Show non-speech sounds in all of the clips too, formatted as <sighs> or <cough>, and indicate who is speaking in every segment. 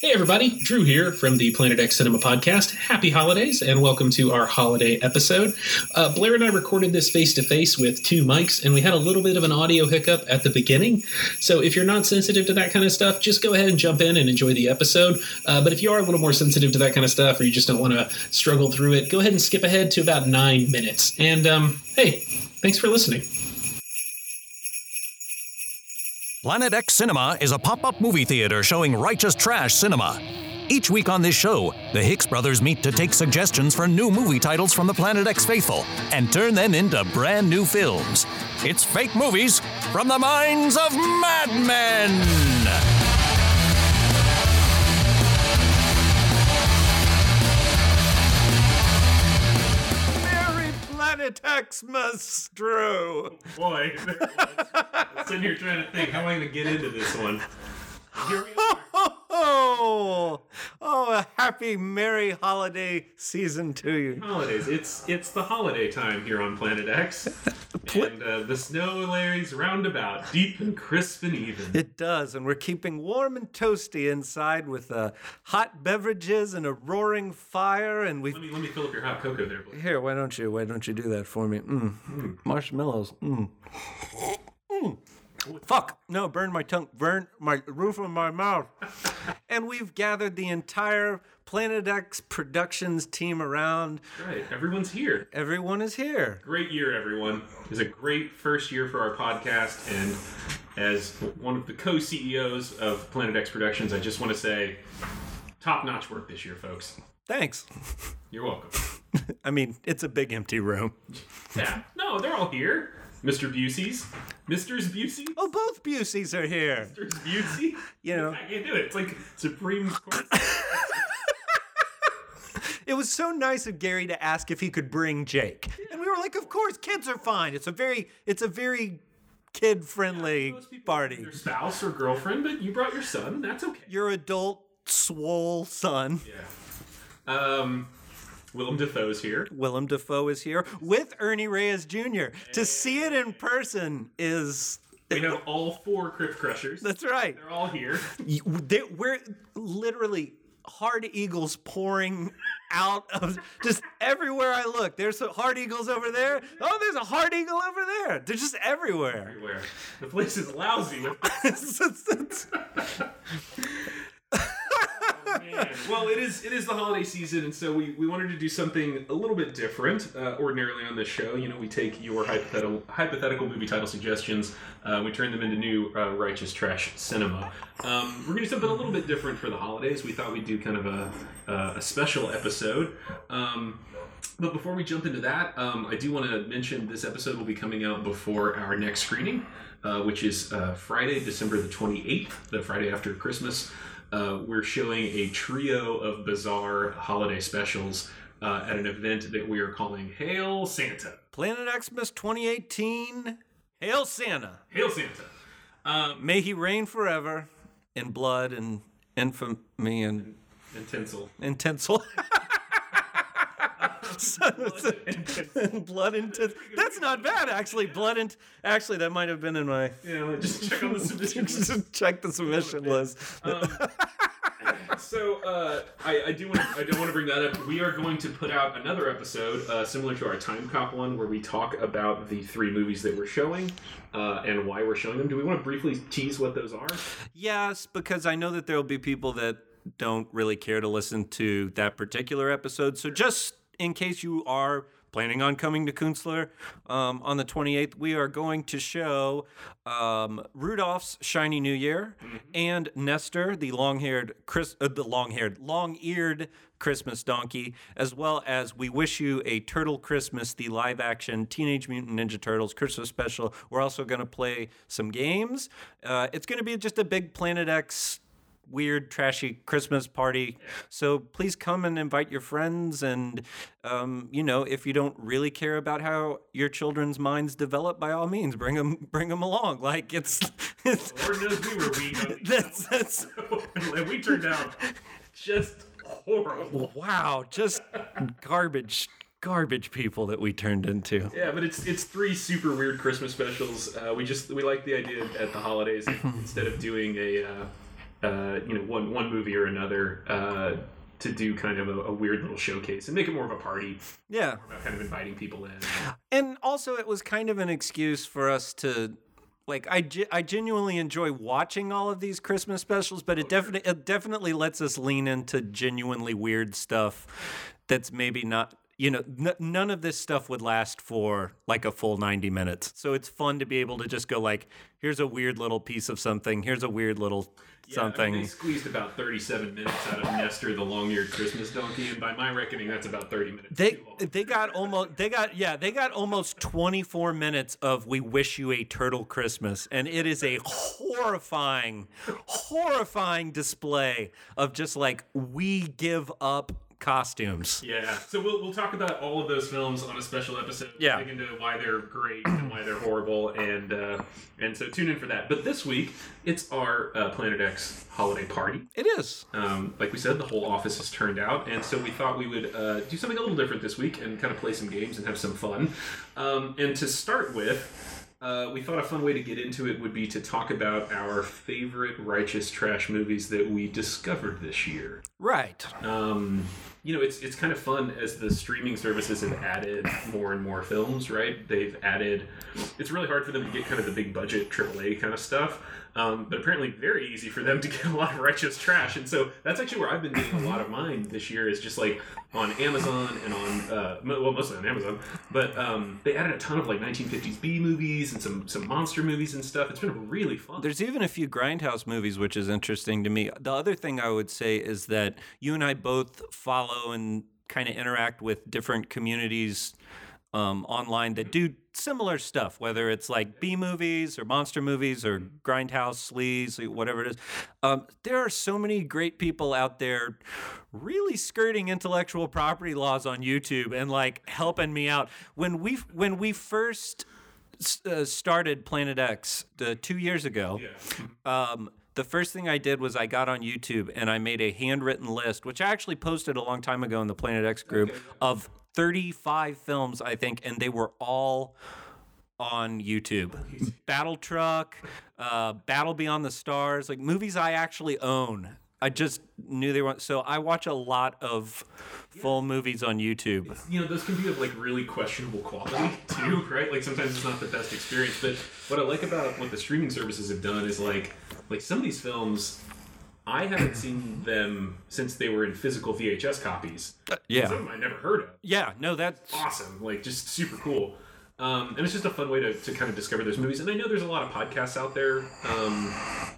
Speaker 1: Hey, everybody. Drew here from the Planet X Cinema Podcast. Happy holidays and welcome to our holiday episode. Uh, Blair and I recorded this face to face with two mics, and we had a little bit of an audio hiccup at the beginning. So if you're not sensitive to that kind of stuff, just go ahead and jump in and enjoy the episode. Uh, but if you are a little more sensitive to that kind of stuff or you just don't want to struggle through it, go ahead and skip ahead to about nine minutes. And um, hey, thanks for listening.
Speaker 2: Planet X Cinema is a pop up movie theater showing righteous trash cinema. Each week on this show, the Hicks brothers meet to take suggestions for new movie titles from the Planet X faithful and turn them into brand new films. It's fake movies from the minds of madmen.
Speaker 3: Merry Planet Xmas, Drew.
Speaker 4: Boy, I'm sitting here trying to think how am I going to get into this one?
Speaker 3: <laughs> Oh, oh, a happy, merry holiday season to you.
Speaker 4: Holidays. It's it's the holiday time here on Planet X, and uh, the snow lays roundabout, deep and crisp and even.
Speaker 3: It does, and we're keeping warm and toasty inside with uh, hot beverages and a roaring fire. And
Speaker 4: Let
Speaker 3: we
Speaker 4: me let me fill up your hot cocoa there, boy.
Speaker 3: here. Why don't you? Why don't you do that for me? Mm. Marshmallows. Mm. Mm. Fuck no! Burn my tongue. Burn my roof of my mouth. and we've gathered the entire Planet X Productions team around.
Speaker 4: Right, everyone's here.
Speaker 3: Everyone is here.
Speaker 4: Great year, everyone. It was a great first year for our podcast, and as one of the co-CEOs of Planet X Productions, I just want to say, top-notch work this year, folks.
Speaker 3: Thanks.
Speaker 4: You're welcome.
Speaker 3: I mean, it's a big empty room.
Speaker 4: Yeah. No, they're all here. Mr. Busey's. Mr.'s Busey.
Speaker 3: Oh, both Buseys are here.
Speaker 4: Mr.'s Busey.
Speaker 3: <laughs> You know,
Speaker 4: I can't do it. It's like Supreme Court.
Speaker 3: it was so nice of Gary to ask if he could bring Jake, and we were like, "Of course, kids are fine. It's a very, it's a very kid-friendly
Speaker 4: Most people bring
Speaker 3: party.
Speaker 4: Their spouse or girlfriend, but you brought your son. That's okay.
Speaker 3: Your adult swole son,
Speaker 4: Um, Willem Dafoe's here.
Speaker 3: Willem Dafoe, is here with Ernie Reyes Jr. To see it in person is <laughs>
Speaker 4: We have all four Crypt Crushers.
Speaker 3: that's right.
Speaker 4: They're all here.
Speaker 3: You- they- we're literally hard eagles pouring out of just everywhere I look. There's some hard eagles over there. Oh, there's a hard eagle over there. They're just everywhere. <laughs>
Speaker 4: Everywhere. The place is lousy.
Speaker 3: It's- it's- it's-
Speaker 4: Man. Well, it is it is the holiday season, and so we, we wanted to do something a little bit different. Uh, ordinarily on this show, you know, we take your hypothetical hypothetical movie title suggestions, uh, we turn them into new uh, righteous trash cinema. Um, we're gonna do something a little bit different for the holidays. We thought we'd do kind of a uh, a special episode. Um, but before we jump into that, um, I do want to mention this episode will be coming out before our next screening, uh, which is uh, Friday, December the 28th, the Friday after Christmas. Uh, we're showing a trio of bizarre holiday specials uh, at an event that we are calling Hail Santa.
Speaker 3: Planet Xmas 2018. Hail Santa.
Speaker 4: Hail Santa. Um,
Speaker 3: May he reign forever in blood and infamy and,
Speaker 4: and tinsel.
Speaker 3: and tinsel. <laughs> So- <laughs> blood and tin- That's not bad, actually. Blood and actually, that might have been in my
Speaker 4: Yeah, just check on the submission. list.
Speaker 3: <laughs> Just check the submission list.
Speaker 4: So uh, I, I do want I don't want to bring that up. We are going to put out another episode uh, similar to our Time Cop one, where we talk about the three movies that we're showing uh, and why we're showing them. Do we want to briefly tease what those are?
Speaker 3: Yes, because I know that there will be people that don't really care to listen to that particular episode. So just in case you are planning on coming to Kunstler um, on the 28th, we are going to show um, Rudolph's Shiny New Year and Nestor, the long-haired Chris, uh, the long-haired, long-eared Christmas donkey, as well as We Wish You a Turtle Christmas, the live action Teenage Mutant Ninja Turtles Christmas special. We're also going to play some games. Uh, it's going to be just a big Planet X weird, trashy Christmas party. So please come and invite your friends. And, um, you know, if you don't really care about how your children's minds develop, by all means, bring them, bring them along. Like it's, it's
Speaker 4: Lord knows we were weak on these.
Speaker 3: <laughs> that's, that's,
Speaker 4: <laughs> and we turned out just horrible.
Speaker 3: wow, just garbage, garbage people that we turned into.
Speaker 4: Yeah, but it's it's three super weird
Speaker 3: <laughs>
Speaker 4: Christmas specials. Uh, we just we like the idea at the holidays instead of doing a uh, uh, you know one one movie or another uh, to do kind of a, a weird little showcase and make it more of a party,
Speaker 3: Yeah.
Speaker 4: about kind of inviting people in.
Speaker 3: And also, it was kind of an excuse for us to. Like I, ge- I genuinely enjoy watching all of these Christmas specials, but it definitely it definitely lets us lean into genuinely weird stuff that's maybe not you know n- none of this stuff would last for like a full 90 minutes. So it's fun to be able to just go like here's a weird little piece of something, here's a weird little
Speaker 4: Yeah, I mean,
Speaker 3: something.
Speaker 4: they squeezed about 37 minutes out of Nestor the long-eared Christmas donkey, and by my reckoning, that's about 30 minutes.
Speaker 3: They
Speaker 4: too long.
Speaker 3: they got almost they got yeah they got almost 24 minutes of we wish you a turtle Christmas and it is a horrifying horrifying display of just like we give up costumes.
Speaker 4: Yeah. So we'll, we'll talk about all of those films on a special episode.
Speaker 3: Yeah.
Speaker 4: Dig into why they're great and why they're horrible, and uh, and so tune in for that. But this week, it's our uh, Planet X holiday party.
Speaker 3: It is
Speaker 4: Um, like we said, the whole office has turned out, and so we thought we would uh, do something a little different this week and kind of play some games and have some fun. Um, and to start with, uh, we thought a fun way to get into it would be to talk about our favorite righteous trash movies that we discovered this year
Speaker 3: right.
Speaker 4: um, you know, it's it's kind of fun as the streaming services have added more and more films, right? They've added. It's really hard for them to get kind of the big budget AAA kind of stuff, um, but apparently very easy for them to get a lot of righteous trash. And so that's actually where I've been getting a lot of mine this year is just like on Amazon and on uh, mo- well mostly on Amazon, but um, they added a ton of like 1950s B movies and some some monster movies and stuff. It's been really fun.
Speaker 3: There's even a few Grindhouse movies, which is interesting to me. The other thing I would say is that you and I both follow and kind of interact with different communities um, online that do similar stuff, whether it's like B movies or monster movies or Grindhouse, Sleaze, whatever it is. Um, there are so many great people out there really skirting intellectual property laws on YouTube and like helping me out. When we when we first s- uh, started Planet X uh, two years ago, um, the first thing I did was I got on YouTube and I made a handwritten list, which I actually posted a long time ago in the Planet X group, of 35 films, I think, and they were all on YouTube. Battle Truck, uh, Battle Beyond the Stars, like movies I actually own. I just knew they were so I watch a lot of full movies on YouTube.
Speaker 4: you know those can be of like really questionable quality <laughs> too right like sometimes it's not the best experience but what i like about what the streaming services have done is like like some of these films i haven't seen them since they were in physical vhs copies some
Speaker 3: Yeah.
Speaker 4: of them i never heard of
Speaker 3: Yeah, no that's
Speaker 4: awesome like just super cool um, and it's just a fun way to, to kind of discover those movies and i know there's a lot of podcasts out there um,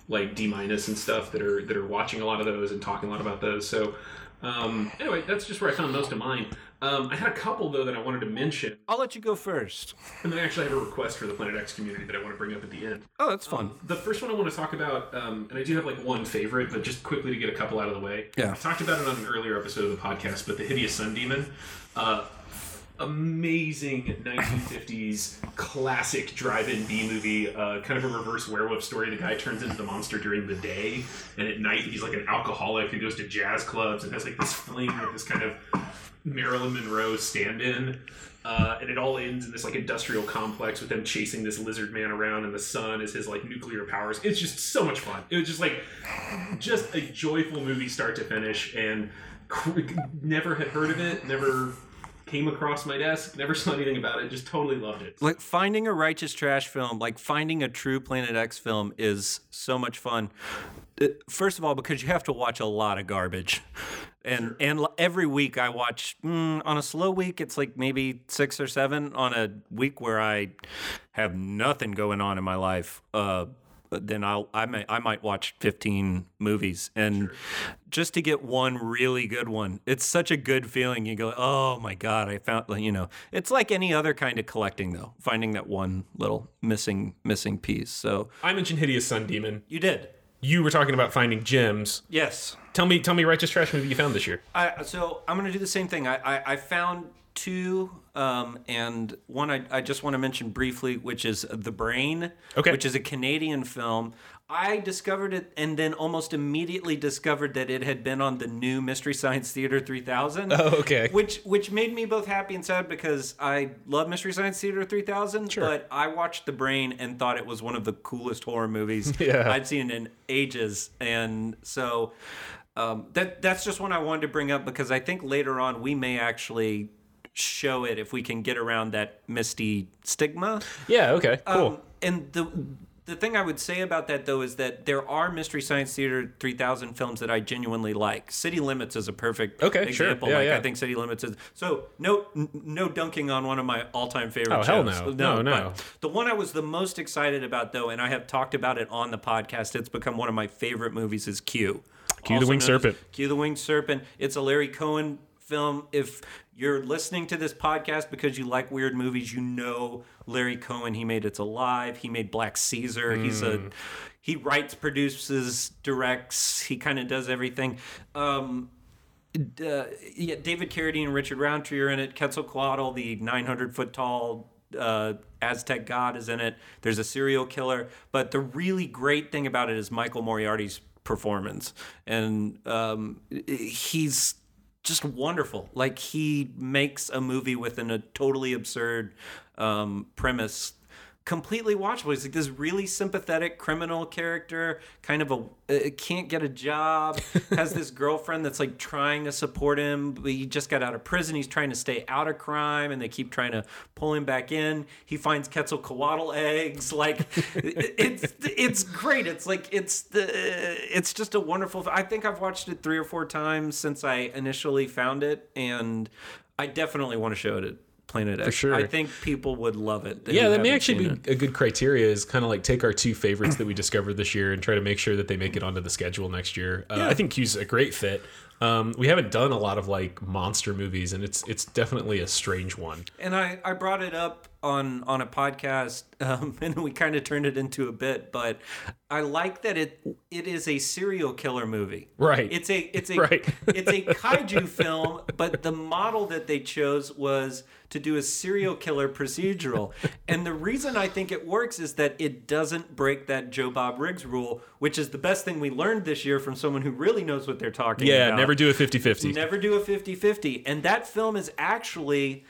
Speaker 4: like d minus and stuff that are that are watching a lot of those and talking a lot about those so um, anyway that's just where i found most of mine um, i had a couple though that i wanted to mention
Speaker 3: I'll let you go first.
Speaker 4: and then I actually have a request for the Planet X community that I want to bring up at the end.
Speaker 3: Oh, that's fun.
Speaker 4: The first one I want to talk about, um, and I do have like one favorite, but just quickly to get a couple out of the way.
Speaker 3: Yeah.
Speaker 4: I talked about it on an earlier episode of the podcast, but the Hideous Sun Demon. Uh, amazing 1950s classic drive-in B movie, uh, kind of a reverse werewolf story. The guy turns into the monster during the day, and at night he's like an alcoholic who goes to jazz clubs and has like this fling with this kind of Marilyn Monroe stand-in. Uh, and it all ends in this like industrial complex with them chasing this lizard man around, and the sun is his like nuclear powers. It's just so much fun. It was just like just a joyful movie start to finish, and cr- never had heard of it. Never came across my desk, never <laughs> saw anything about it, just totally loved it.
Speaker 3: like finding a righteous trash film, like finding a true Planet X film is so much fun. Uh, First of all, because you have to watch a lot of garbage. <laughs> And and l- every week I watch mm, on a slow week it's like maybe 6 or 7 on a week where I have nothing going on in my life. Uh then I'll I may I might watch 15 movies and just to get one really good one. It's such a good feeling. You go, "Oh my god, I found like, you know." It's like any other kind of collecting though, finding that one little missing missing piece. So,
Speaker 4: I mentioned Hideous Sun Demon.
Speaker 3: you did.
Speaker 4: You were talking about finding gems.
Speaker 3: Yes.
Speaker 4: Tell me, tell me, righteous trash movie you found this year.
Speaker 3: I, so I'm going to do the same thing. I, I, I found two, um, and one I, I just want to mention briefly, which is The Brain,
Speaker 4: Okay.
Speaker 3: which is a Canadian film. I discovered it and then almost immediately discovered that it had been on the new Mystery Science Theater 3000.
Speaker 5: Oh, okay.
Speaker 3: Which which made me both happy and sad because I love Mystery Science Theater 3000, but I watched The Brain and thought it was one of the coolest horror movies
Speaker 5: <laughs> Yeah.
Speaker 3: I'd seen in ages. And so um, that that's just one I wanted to bring up because I think later on we may actually show it if we can get around that misty stigma.
Speaker 5: Yeah. Okay. Cool.
Speaker 3: Um, and the the thing I would say about that though is that there are Mystery Science Theater 3000 films that I genuinely like. City Limits is a perfect
Speaker 5: Okay, sure.
Speaker 3: example.
Speaker 5: Yeah,
Speaker 3: like
Speaker 5: yeah.
Speaker 3: I think City Limits is so no n- no dunking on one of my all-time favorite
Speaker 5: Oh,
Speaker 3: shows.
Speaker 5: hell no. No, no.
Speaker 3: but The one I was the most excited about though and I have talked about it on the podcast, it's become one of my favorite movies is Q.
Speaker 5: Cue the
Speaker 3: Also
Speaker 5: Winged
Speaker 3: known as
Speaker 5: Serpent.
Speaker 3: Cue the Winged Serpent. It's a Larry Cohen film. If you're listening to this podcast because you like weird movies, you know Larry Cohen. He made It's Alive. He made Black Caesar. He's a
Speaker 5: Hmm.
Speaker 3: he writes, produces, directs. He kind of does everything. Um, uh, yeah, David Carradine and Richard Roundtree are in it. Quetzalcoatl, the 900 foot tall uh, Aztec god, is in it. There's a serial killer, but the really great thing about it is Michael Moriarty's performance, and um, he's just wonderful. Like he makes a movie within a totally absurd um, premise completely watchable. He's like this really sympathetic criminal character, kind of a uh, can't get a job, has this girlfriend that's like trying to support him, but he just got out of prison. He's trying to stay out of crime, and they keep trying to pull him back in. He finds Quetzalcoatl eggs. Like <laughs> it- it's it's great. It's like it's the it's just a wonderful. I think I've watched it three or four times since I initially found it, and I definitely want to show it. at Planet X.
Speaker 5: sure.
Speaker 3: I think people would love it.
Speaker 5: yeah,
Speaker 3: who
Speaker 5: that may
Speaker 3: haven't
Speaker 5: actually
Speaker 3: seen
Speaker 5: be
Speaker 3: it.
Speaker 5: a good criteria. Is kind of like take our two favorites that we discovered this year and try to make sure that they make it onto the schedule next year. Uh, I think Q's a great fit. Um, we haven't done a lot of like monster movies, and it's it's definitely a strange one.
Speaker 3: and I, I brought it up on on a podcast um, <laughs> and we kind of turned it into a bit but i like that it it is a serial killer movie
Speaker 5: Right.
Speaker 3: it's a it's a
Speaker 5: Right. <laughs>
Speaker 3: it's a kaiju film but the model that they chose was to do a serial killer procedural and the reason i think it works is that it doesn't break that joe bob riggs rule which is the best thing we learned this year from someone who really knows what they're talking
Speaker 5: Yeah,
Speaker 3: about
Speaker 5: never do a 50-50.
Speaker 3: Never do a 50 50. And that film is actually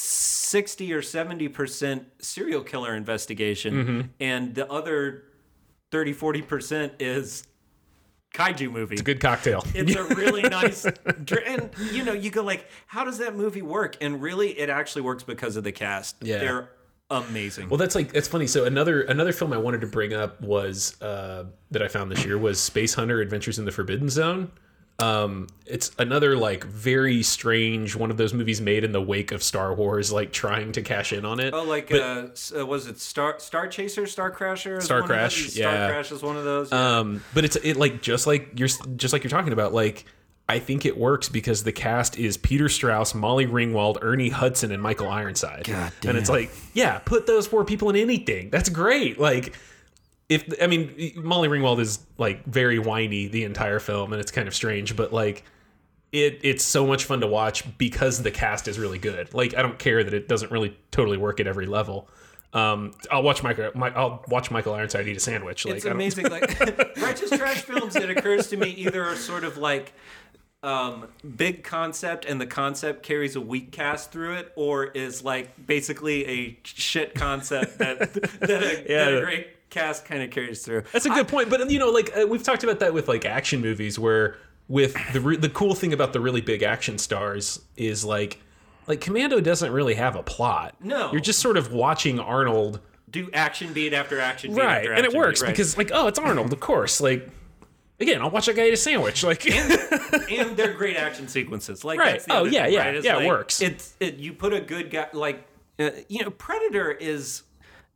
Speaker 3: 60 or 70% serial killer investigation.
Speaker 5: Mm-hmm.
Speaker 3: And the other 30, 40% is kaiju movie. It's
Speaker 5: Good <laughs> cocktail.
Speaker 3: it's a really nice dr- and you know you go like how does that movie work and really it actually works because of the cast
Speaker 5: Yeah.
Speaker 3: they're amazing
Speaker 5: Well, that's like that's funny. So another another film I wanted to bring up was uh, that I found this year was Space Hunter: Adventures in the Forbidden Zone. Um, it's another like very strange one of those movies made in the wake of Star Wars, like trying to cash in on it.
Speaker 3: oh like uh, s- uh was it star star chaser star crasher is
Speaker 5: Star
Speaker 3: one of those?
Speaker 5: Crash,
Speaker 3: star
Speaker 5: yeah.
Speaker 3: crash is one of those yeah.
Speaker 5: Um, but it's it like just like you're just like you're talking about like. I think it works because the cast is Peter Strauss, Molly Ringwald, Ernie Hudson, and Michael Ironside. And it's like, yeah, put those four people in anything. That's great. Like, if I mean, Molly Ringwald is like very whiny the entire film, and it's kind of strange, but like, it it's so much fun to watch because the cast is really good. Like, I don't care that it doesn't really totally work at every level. Um, I'll watch Michael. My, I'll watch Michael Ironside eat a sandwich. Like,
Speaker 3: it's
Speaker 5: I don't-
Speaker 3: amazing. Like <laughs>
Speaker 5: <laughs>
Speaker 3: righteous trash films, it occurs to me either are sort of like um, big concept, and the concept carries a weak cast through it, or is like basically a shit concept that <laughs> that a, that
Speaker 5: Yeah.
Speaker 3: a great cast kind of carries through.
Speaker 5: That's a good point, but you know, like uh, we've talked about that with like action movies, where with the re- the cool thing about the really big action stars is like, like Commando doesn't really have a plot.
Speaker 3: No.
Speaker 5: you're just sort of watching Arnold,
Speaker 3: Do action beat after action beat,
Speaker 5: right?
Speaker 3: after
Speaker 5: And it
Speaker 3: action
Speaker 5: works
Speaker 3: beat, right.
Speaker 5: because like, oh, it's Arnold, of course. Like, again, I'll watch a guy eat a sandwich. Like, <laughs>
Speaker 3: and they're great action sequences. Like
Speaker 5: Right.
Speaker 3: That's the
Speaker 5: Oh,
Speaker 3: other
Speaker 5: yeah,
Speaker 3: thing,
Speaker 5: yeah.
Speaker 3: right? It's
Speaker 5: Yeah, it
Speaker 3: like,
Speaker 5: works.
Speaker 3: It's it, you put a good guy like uh, you know Predator is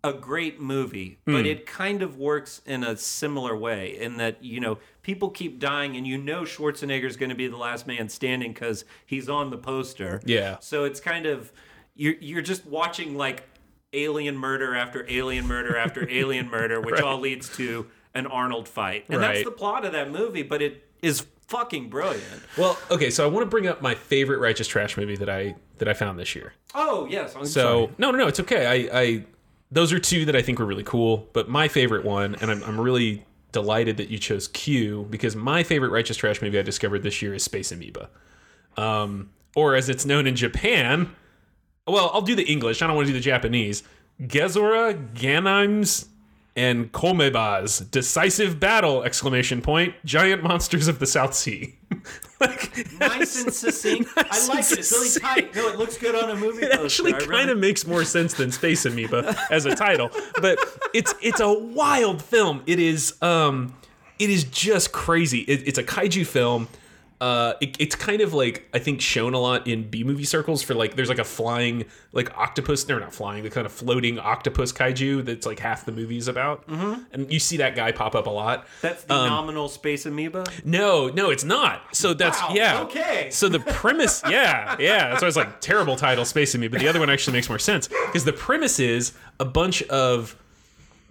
Speaker 3: a great movie,
Speaker 5: Hmm.
Speaker 3: but it kind of works in a similar way in that you know people keep dying, and you know Schwarzenegger's going to be the last man standing because he's on the poster.
Speaker 5: Yeah.
Speaker 3: So it's kind of you're you're just watching like alien murder after alien murder
Speaker 5: <laughs>
Speaker 3: after alien murder, which all leads to an Arnold fight, and that's
Speaker 5: Right.
Speaker 3: the plot of that movie. But it is fucking brilliant.
Speaker 5: well, okay, so I want to bring up my favorite righteous trash movie that I that I found this year.
Speaker 3: Oh yes. I'm
Speaker 5: <laughs> So
Speaker 3: sorry.
Speaker 5: no, no, no, it's okay. I, I those are two that I think were really cool. But my favorite one, and I'm, I'm really delighted that you chose Q because my favorite righteous trash movie I discovered this year is Space Amoeba, um, or as it's known in Japan. Well, I'll do the English. I don't want to do the Japanese. Gezora Ganaim's and Komeba's decisive battle exclamation point giant monsters of the South Sea. <laughs> Like,
Speaker 3: Nice and succinct.
Speaker 5: Nice
Speaker 3: I like
Speaker 5: and
Speaker 3: it. It's really tight.
Speaker 5: succinct.
Speaker 3: No, it looks good on a movie
Speaker 5: <laughs> It
Speaker 3: poster.
Speaker 5: actually
Speaker 3: I really-
Speaker 5: kind of makes more sense than Space Amoeba as a title, but it's it's a wild film. It is um, it is just crazy. It, it's a kaiju film. Uh, it, it's kind of like I think shown a lot in B movie circles for like there's like a flying like octopus. They're not flying. The kind of floating octopus kaiju that's like half the movie is about, mm-hmm. and you see that guy pop up a lot.
Speaker 3: That's the nominal space amoeba.
Speaker 5: No, no, it's not. So that's
Speaker 3: Wow,
Speaker 5: yeah.
Speaker 3: okay.
Speaker 5: So
Speaker 3: <laughs>
Speaker 5: the premise, yeah, yeah. That's why it's like terrible title spacing me, but the other one actually makes more sense because the premise is a bunch of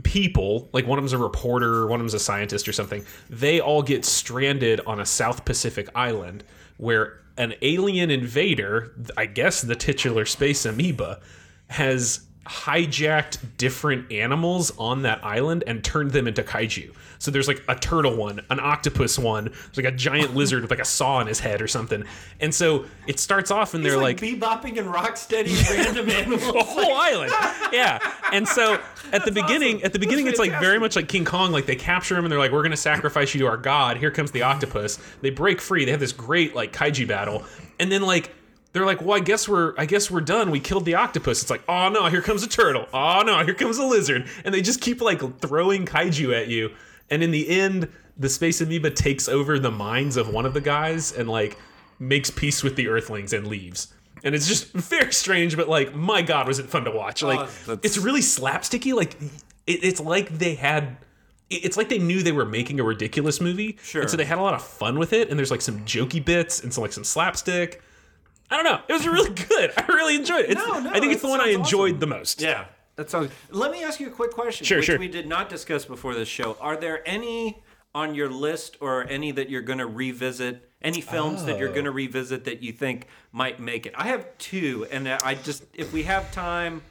Speaker 5: people, like one of them's a reporter, one of them's a scientist or something. They all get stranded on a South Pacific island where an alien invader, I guess the titular space amoeba, has hijacked different animals on that island and turned them into kaiju. So there's like a turtle one, an octopus one, there's like a giant lizard with like a saw in his head or something. And so it starts off and
Speaker 3: It's
Speaker 5: they're
Speaker 3: like, bebopping and rocksteady <laughs> random
Speaker 5: <laughs> a
Speaker 3: animals.
Speaker 5: whole island. Yeah. And so at the beginning, at the beginning, it's like very much like King Kong. Like they capture him and they're like, "We're gonna sacrifice you to our god." Here comes the octopus. They break free. They have this great like kaiju battle, and then like. They're like, well, I guess we're, I guess we're done. We killed the octopus. It's like, oh no, here comes a turtle. Oh no, here comes a lizard, and they just keep like throwing kaiju at you. And in the end, the space amoeba takes over the minds of one of the guys and like makes peace with the Earthlings and leaves. And it's just <laughs> very strange, but like, my God, was it fun to watch? Like,
Speaker 3: Oh, that's-
Speaker 5: it's really slapsticky. Like, it, it's like they had, it- it's like they knew they were making a ridiculous movie,
Speaker 3: Sure.
Speaker 5: and so they had a lot of fun with it. And there's like some jokey bits and some like some slapstick. I don't know. It was really <laughs> good. I really enjoyed it. It's,
Speaker 3: No, no,
Speaker 5: I think it's
Speaker 3: that
Speaker 5: the one I
Speaker 3: sounds
Speaker 5: enjoyed
Speaker 3: awesome.
Speaker 5: the most.
Speaker 3: yeah, that sounds. Let me ask you a quick question,
Speaker 5: Sure,
Speaker 3: which
Speaker 5: sure.
Speaker 3: we did not discuss before this show. Are there any on your list or any that you're going to revisit? Any films that you're going to
Speaker 5: Oh.
Speaker 3: revisit that you think might make it? I have two, and I just if we have time,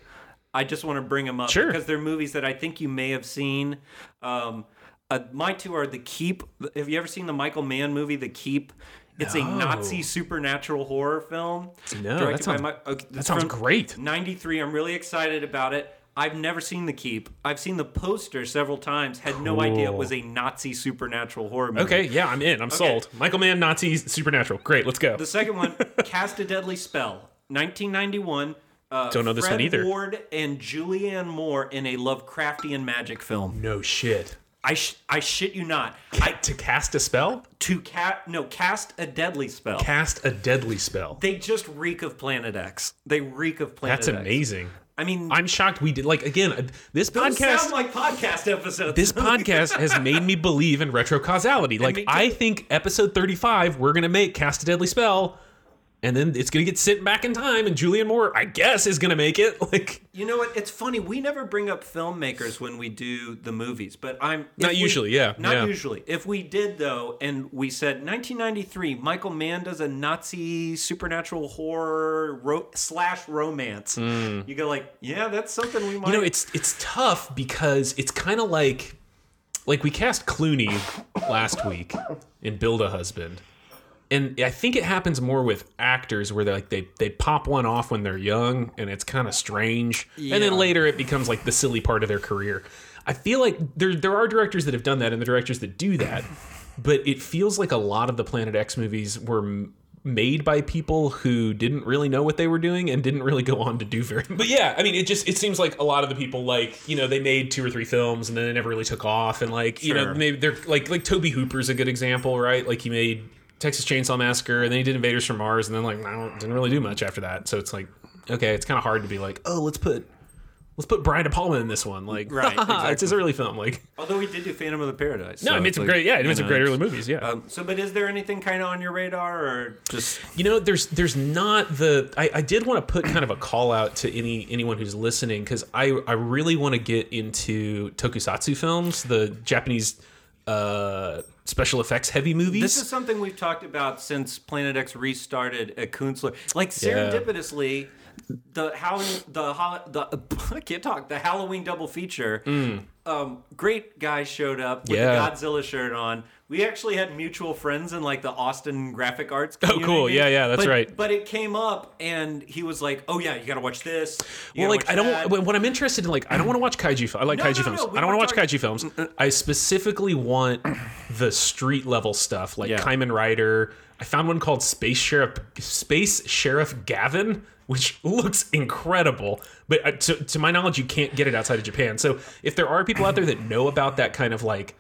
Speaker 3: I just want to bring them up
Speaker 5: Sure.
Speaker 3: because they're movies that I think you may have seen. Um, uh, my two are The Keep. Have you ever seen the Michael Mann movie, The Keep? It's a Nazi supernatural horror film.
Speaker 5: No, that
Speaker 3: directed by
Speaker 5: sounds-
Speaker 3: Mi- okay, it's
Speaker 5: sounds
Speaker 3: from
Speaker 5: great.
Speaker 3: 93. I'm really excited about it. I've never seen The Keep. I've seen the poster several times. Had no idea it
Speaker 5: Cool.
Speaker 3: was a Nazi supernatural horror movie.
Speaker 5: Okay. Yeah, I'm in. I'm sold. Michael Mann, Nazi, supernatural. Great. Let's go.
Speaker 3: The second
Speaker 5: <laughs>
Speaker 3: one, Cast a Deadly Spell, 1991. Uh,
Speaker 5: Don't know this
Speaker 3: Fred
Speaker 5: one either.
Speaker 3: Ward and Julianne Moore in a Lovecraftian magic film.
Speaker 5: no shit.
Speaker 3: I sh- I shit you not.
Speaker 5: I, to cast a spell,
Speaker 3: To cat no cast a deadly spell.
Speaker 5: cast a deadly spell.
Speaker 3: they just reek of Planet X. They reek of Planet
Speaker 5: That's
Speaker 3: X.
Speaker 5: amazing.
Speaker 3: I mean,
Speaker 5: I'm shocked we did like again uh, this
Speaker 3: those
Speaker 5: podcast
Speaker 3: sound like podcast episodes. <laughs>
Speaker 5: this podcast has made me believe in retro causality.
Speaker 3: me
Speaker 5: Like
Speaker 3: too.
Speaker 5: I think episode 35 we're going to make cast a deadly spell and then it's going to get sent back in time and Julian Moore I guess is going to make it <laughs> like
Speaker 3: you know what? It's funny. We never bring up filmmakers when we do the movies, but I'm
Speaker 5: Not
Speaker 3: if we-
Speaker 5: usually, yeah,
Speaker 3: Not
Speaker 5: yeah.
Speaker 3: usually. If we did though, and we said 1993, Michael Mann does a Nazi supernatural horror ro- slash romance. You go like, yeah, that's something we might.
Speaker 5: Hmm. you know it's it's tough because it's kind of like like we cast Clooney last week in Build a Husband. And I think it happens more with actors where they like they they pop one off when they're young and it's kind of strange. And then later it becomes like the silly part of their career. I feel like there there are directors that have done that and the directors that do that. But it feels like a lot of the Planet X movies were m- made by people who didn't really know what they were doing and didn't really go on to do very. But yeah, I mean, it just it seems like a lot of the people like you know they made two or three films and then they never really took off and like you know
Speaker 3: Sure.
Speaker 5: maybe they're like like Toby Hooper's a good example, right? Like he made Texas Chainsaw Massacre and then he did Invaders from Mars and then like I don't, didn't really do much after that. So it's like okay, it's kind of hard to be like oh let's put let's put Brian De Palma in this one like
Speaker 3: Right,
Speaker 5: <laughs> it's his early film like
Speaker 3: although we did do Phantom of the Paradise.
Speaker 5: no
Speaker 3: so
Speaker 5: I made
Speaker 3: it's
Speaker 5: some
Speaker 3: like,
Speaker 5: great yeah I
Speaker 3: you
Speaker 5: made some
Speaker 3: know,
Speaker 5: great early movies yeah
Speaker 3: Um, so, but is there anything kind of on your radar, or just
Speaker 5: You know, there's there's not the I, I did want to put kind of a call out to any anyone who's listening because I I really want to get into tokusatsu films, the Japanese uh, special effects heavy movies.
Speaker 3: This is something we've talked about since Planet X restarted at Kunstler. Like serendipitously, the how the hol- the <laughs> I can't talk the Halloween double feature. Um, great guy showed up with
Speaker 5: Mm. Yeah.
Speaker 3: the Godzilla shirt on. We actually had mutual friends in like the Austin graphic arts.
Speaker 5: Oh, cool.
Speaker 3: Community.
Speaker 5: Yeah, yeah, that's
Speaker 3: But-
Speaker 5: right.
Speaker 3: But it came up, and he was like, "Oh yeah, you got to watch this." you
Speaker 5: Well,
Speaker 3: gotta
Speaker 5: like
Speaker 3: watch
Speaker 5: I don't.
Speaker 3: that."
Speaker 5: wa- What I'm interested in, like I don't want to watch kaiju. fi- I like
Speaker 3: No,
Speaker 5: kaiju
Speaker 3: no,
Speaker 5: films.
Speaker 3: no, we
Speaker 5: I don't
Speaker 3: were
Speaker 5: want to watch
Speaker 3: talking- Mm,
Speaker 5: kaiju films. I specifically want the street level stuff, like
Speaker 3: Yeah.
Speaker 5: Kamen Rider. I found one called Space Sheriff Space Sheriff Gavin, which <laughs> looks incredible. But uh, to, to my knowledge, you can't get it outside of Japan. So if there are people out there that know about that kind of like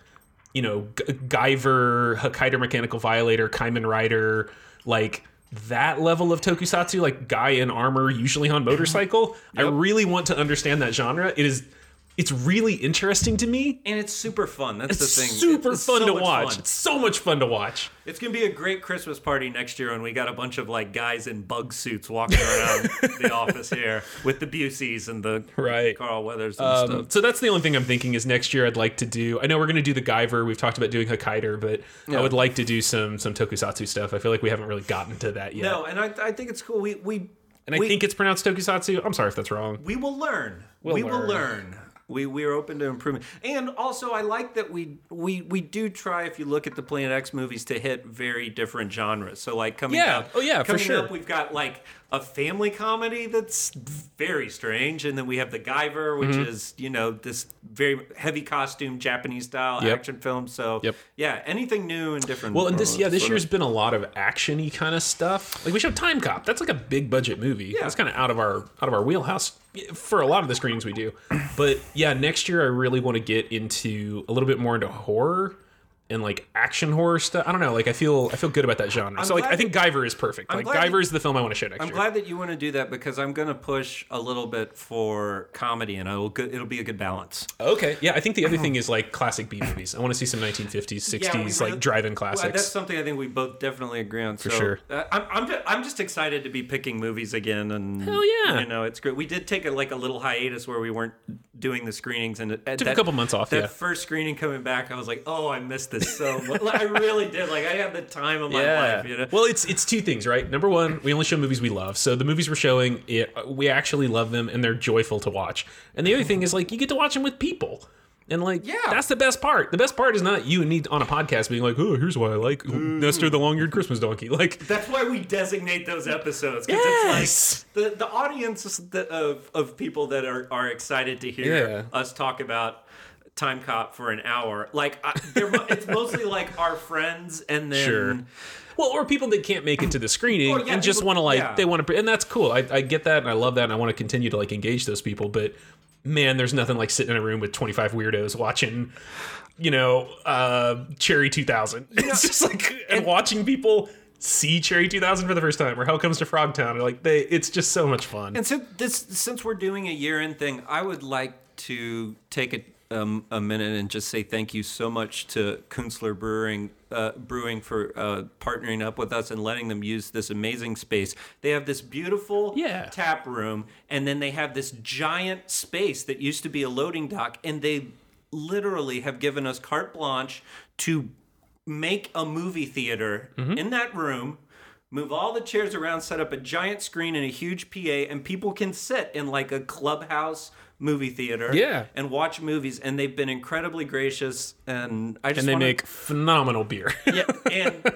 Speaker 5: you know, G- Guyver, Hokkaido Mechanical Violator, Kaiman Rider, like that level of tokusatsu, like guy in armor, usually on motorcycle. I really want to understand that genre. It is, it's really interesting to me.
Speaker 3: and it's super fun. That's
Speaker 5: It's
Speaker 3: the thing.
Speaker 5: super
Speaker 3: It's
Speaker 5: fun
Speaker 3: so
Speaker 5: to
Speaker 3: much
Speaker 5: watch.
Speaker 3: fun.
Speaker 5: It's so much fun to watch.
Speaker 3: It's gonna be a great Christmas party next year when we got a bunch of like guys in bug suits walking around
Speaker 5: <laughs>
Speaker 3: the office here with the Buseys and the
Speaker 5: Right. Um,
Speaker 3: Carl Weathers and stuff.
Speaker 5: So that's the only thing I'm thinking is next year I'd like to do. I know we're going to do the Guyver. We've talked about doing Hokkaido, but I would like to do some some tokusatsu stuff. I feel like we haven't really gotten to that yet.
Speaker 3: No, and I, I think it's cool. We we
Speaker 5: and I
Speaker 3: we,
Speaker 5: think it's pronounced tokusatsu. I'm sorry if that's wrong.
Speaker 3: we will learn. We'll
Speaker 5: learn.
Speaker 3: learn. We we are open to improvement. And also, I like that we we we do try. If you look at the Planet X movies, to hit very different genres. So like coming
Speaker 5: Yeah.
Speaker 3: up,
Speaker 5: Oh, yeah, for
Speaker 3: coming
Speaker 5: sure.
Speaker 3: up, we've got like a family comedy that's very strange, and then we have the Guyver, which
Speaker 5: Mm-hmm.
Speaker 3: is you know this very heavy costume Japanese style
Speaker 5: Yep.
Speaker 3: action film. So
Speaker 5: Yep.
Speaker 3: yeah, anything new and different.
Speaker 5: Well, and this yeah, this
Speaker 3: Sort of-
Speaker 5: year's been a lot of actiony kind of stuff. Like we showed Time Cop. That's like a big budget movie. That's kind of out of our out of our wheelhouse for a lot of the screenings we do. But yeah, next year I really want to get into a little bit more into horror and like action horror stuff. I don't know. Like I feel I feel good about that genre. so like
Speaker 3: glad
Speaker 5: I think Guyver is perfect. like
Speaker 3: glad
Speaker 5: Guyver
Speaker 3: that-
Speaker 5: is the film I want to show next
Speaker 3: I'm
Speaker 5: year.
Speaker 3: glad that you want to do that because I'm going to push a little bit for comedy, and it'll go- it'll be a good balance.
Speaker 5: okay. Yeah, I
Speaker 3: <laughs>
Speaker 5: think the other thing is like classic B movies. I want to see some 1950s, 60s like drive-in classics.
Speaker 3: that's something I think we both definitely agree on. For
Speaker 5: sure.
Speaker 3: I'm I'm just, I'm just excited to be picking movies again, and
Speaker 5: Hell yeah.
Speaker 3: you know it's great. We did take a, like a little hiatus where we weren't doing the screenings, and it- at
Speaker 5: Took a
Speaker 3: that-
Speaker 5: couple months off,
Speaker 3: That
Speaker 5: yeah.
Speaker 3: first screening coming back, I was like, oh, I missed this so much. Like, <laughs> I really did. Like I had the time of my life. You know.
Speaker 5: Well, it's it's two things, right? Number one, we only show movies we love. So the movies we're showing, it, we actually love them and they're joyful to watch. And the other thing is like you get to watch them with people. And like, yeah, that's the best part. The best part is not you and me on a podcast being like, oh, here's why I like Nestor the Long-Eared Christmas Donkey. Like,
Speaker 3: That's why we designate those episodes. 'cause
Speaker 5: Yes!
Speaker 3: It's like the, the audience is the- of, of people that are, are excited to hear
Speaker 5: Yeah.
Speaker 3: us talk about Time Cop for an hour. Like, I, they're, mo- it's mostly like our friends and then.
Speaker 5: Sure. well, or people that can't make it to the screening
Speaker 3: Oh, yeah,
Speaker 5: and just
Speaker 3: people-
Speaker 5: want to like
Speaker 3: yeah.
Speaker 5: they want to, and that's cool. I, I get that and I love that and I want to continue to like engage those people. But man, there's nothing like sitting in a room with 25 weirdos watching, you know, uh, Cherry 2000. <laughs> it's just like and, watching people see Cherry 2000 for the first time or How Comes to Frogtown. Or like they, it's just so much fun.
Speaker 3: And so this, since we're doing a year-end thing, I would like to take a, um, a minute and just say thank you so much to Kunstler Brewing, uh, Brewing for uh, partnering up with us and letting them use this amazing space. They have this beautiful
Speaker 5: Yeah.
Speaker 3: tap room, and then they have this giant space that used to be a loading dock, and they literally have given us carte blanche to make a movie theater
Speaker 5: Mm-hmm.
Speaker 3: in that room, move all the chairs around, set up a giant screen and a huge PA, and people can sit in like a clubhouse movie theater
Speaker 5: Yeah.
Speaker 3: and watch movies. And they've been incredibly gracious. And I just
Speaker 5: And they
Speaker 3: wanna-
Speaker 5: make phenomenal beer.
Speaker 3: <laughs>
Speaker 5: <laughs>
Speaker 3: yeah, and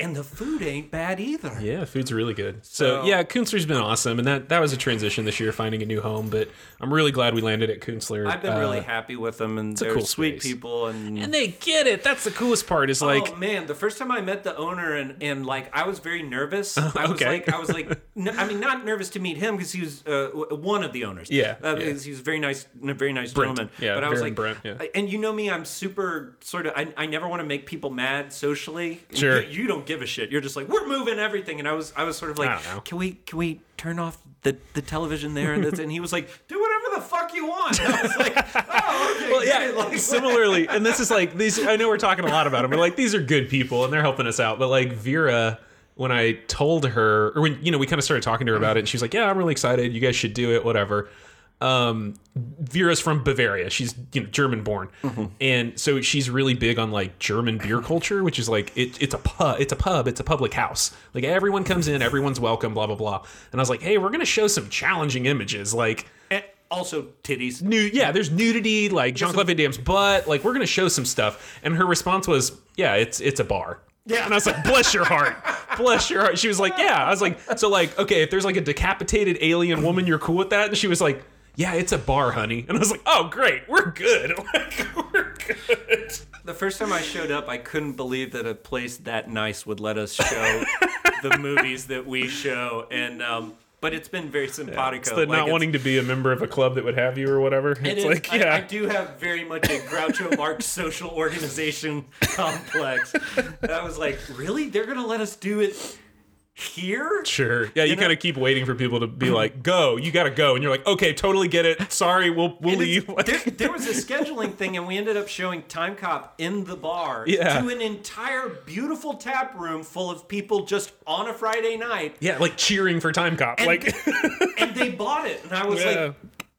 Speaker 3: and the food ain't bad either.
Speaker 5: Yeah, food's really good. So, yeah, Kunstler's been awesome, and that that was a transition this year, finding a new home. But I'm really glad we landed at Kunstler.
Speaker 3: I've been
Speaker 5: Uh,
Speaker 3: really happy with them, and they're
Speaker 5: cool
Speaker 3: sweet
Speaker 5: space.
Speaker 3: people. And,
Speaker 5: and they get it. That's the coolest part. Is like,
Speaker 3: oh man, the first time I met the owner and and like I was very
Speaker 5: <laughs>
Speaker 3: nervous. I was
Speaker 5: okay.
Speaker 3: like I was like n I I mean not nervous to meet him because he was uh, w- one of the owners.
Speaker 5: Yeah,
Speaker 3: Uh,
Speaker 5: yeah.
Speaker 3: because he was very nice, a very nice gentleman.
Speaker 5: Yeah,
Speaker 3: but I was like,
Speaker 5: Baron Brent, yeah.
Speaker 3: I- and you know me, I'm super sort of. I, I never want to make people mad socially.
Speaker 5: Sure.
Speaker 3: you, you don't give a shit. You're just like we're moving everything, and I was I was sort of
Speaker 5: I
Speaker 3: like,
Speaker 5: don't know.
Speaker 3: can we can we turn off the the television there? And, that's, and he was like, do whatever the fuck you want. And I was
Speaker 5: <laughs>
Speaker 3: like, oh okay.
Speaker 5: well, yeah.
Speaker 3: great." Like,
Speaker 5: similarly, and this is like these. I know we're talking a lot about them, but like these are good people and they're helping us out. But like Vera, when I told her, or when you know we kind of started talking to her about it, and she was like, "Yeah, I'm really excited. You guys should do it. Whatever." um, Vera's from Bavaria. She's you know German born, and so she's really big on like German beer culture, which is like it, it's a pub, it's a pub, it's a public house. Like everyone comes in, everyone's welcome, blah blah blah. And I was like, hey, we're gonna show some challenging images, like
Speaker 3: And also titties.
Speaker 5: nu- yeah, there's nudity, like Jean Claude Van Damme's butt. Like we're gonna show some stuff. And her response was, yeah, it's it's a bar. Yeah. And I was like, bless your heart, bless your heart. She was like, yeah. I was like, so like, okay, if there's like a decapitated alien woman, you're cool with that? And she was like. Yeah, it's a bar, honey. And I was like, "Oh, great, we're good. <laughs> Like, we're good."
Speaker 3: The first time I showed up, I couldn't believe that a place that nice would let us
Speaker 5: <laughs>
Speaker 3: show the movies that we show. And um, but it's been very simpatico.
Speaker 5: It's the
Speaker 3: Like,
Speaker 5: not wanting to be a member of a club that would have you or whatever.
Speaker 3: it
Speaker 5: it's
Speaker 3: is-
Speaker 5: like,
Speaker 3: I-
Speaker 5: yeah,
Speaker 3: I, do have very much a Groucho
Speaker 5: <laughs>
Speaker 3: Marx social organization complex. That was like, really? They're gonna let us do it here?
Speaker 5: Sure. Yeah, you,
Speaker 3: know-
Speaker 5: kind of keep waiting for people to be like, "Go, you got to go," and you're like, "Okay, totally get it. Sorry, we'll we'll
Speaker 3: And it's-
Speaker 5: leave." <laughs> Like,
Speaker 3: there, there was a scheduling thing, and we ended up showing Time Cop in the bar
Speaker 5: Yeah.
Speaker 3: to an entire beautiful tap room full of people just on a Friday night,
Speaker 5: yeah, like cheering for Time Cop. like, <laughs>
Speaker 3: and they bought it. And I was
Speaker 5: Yeah.
Speaker 3: like,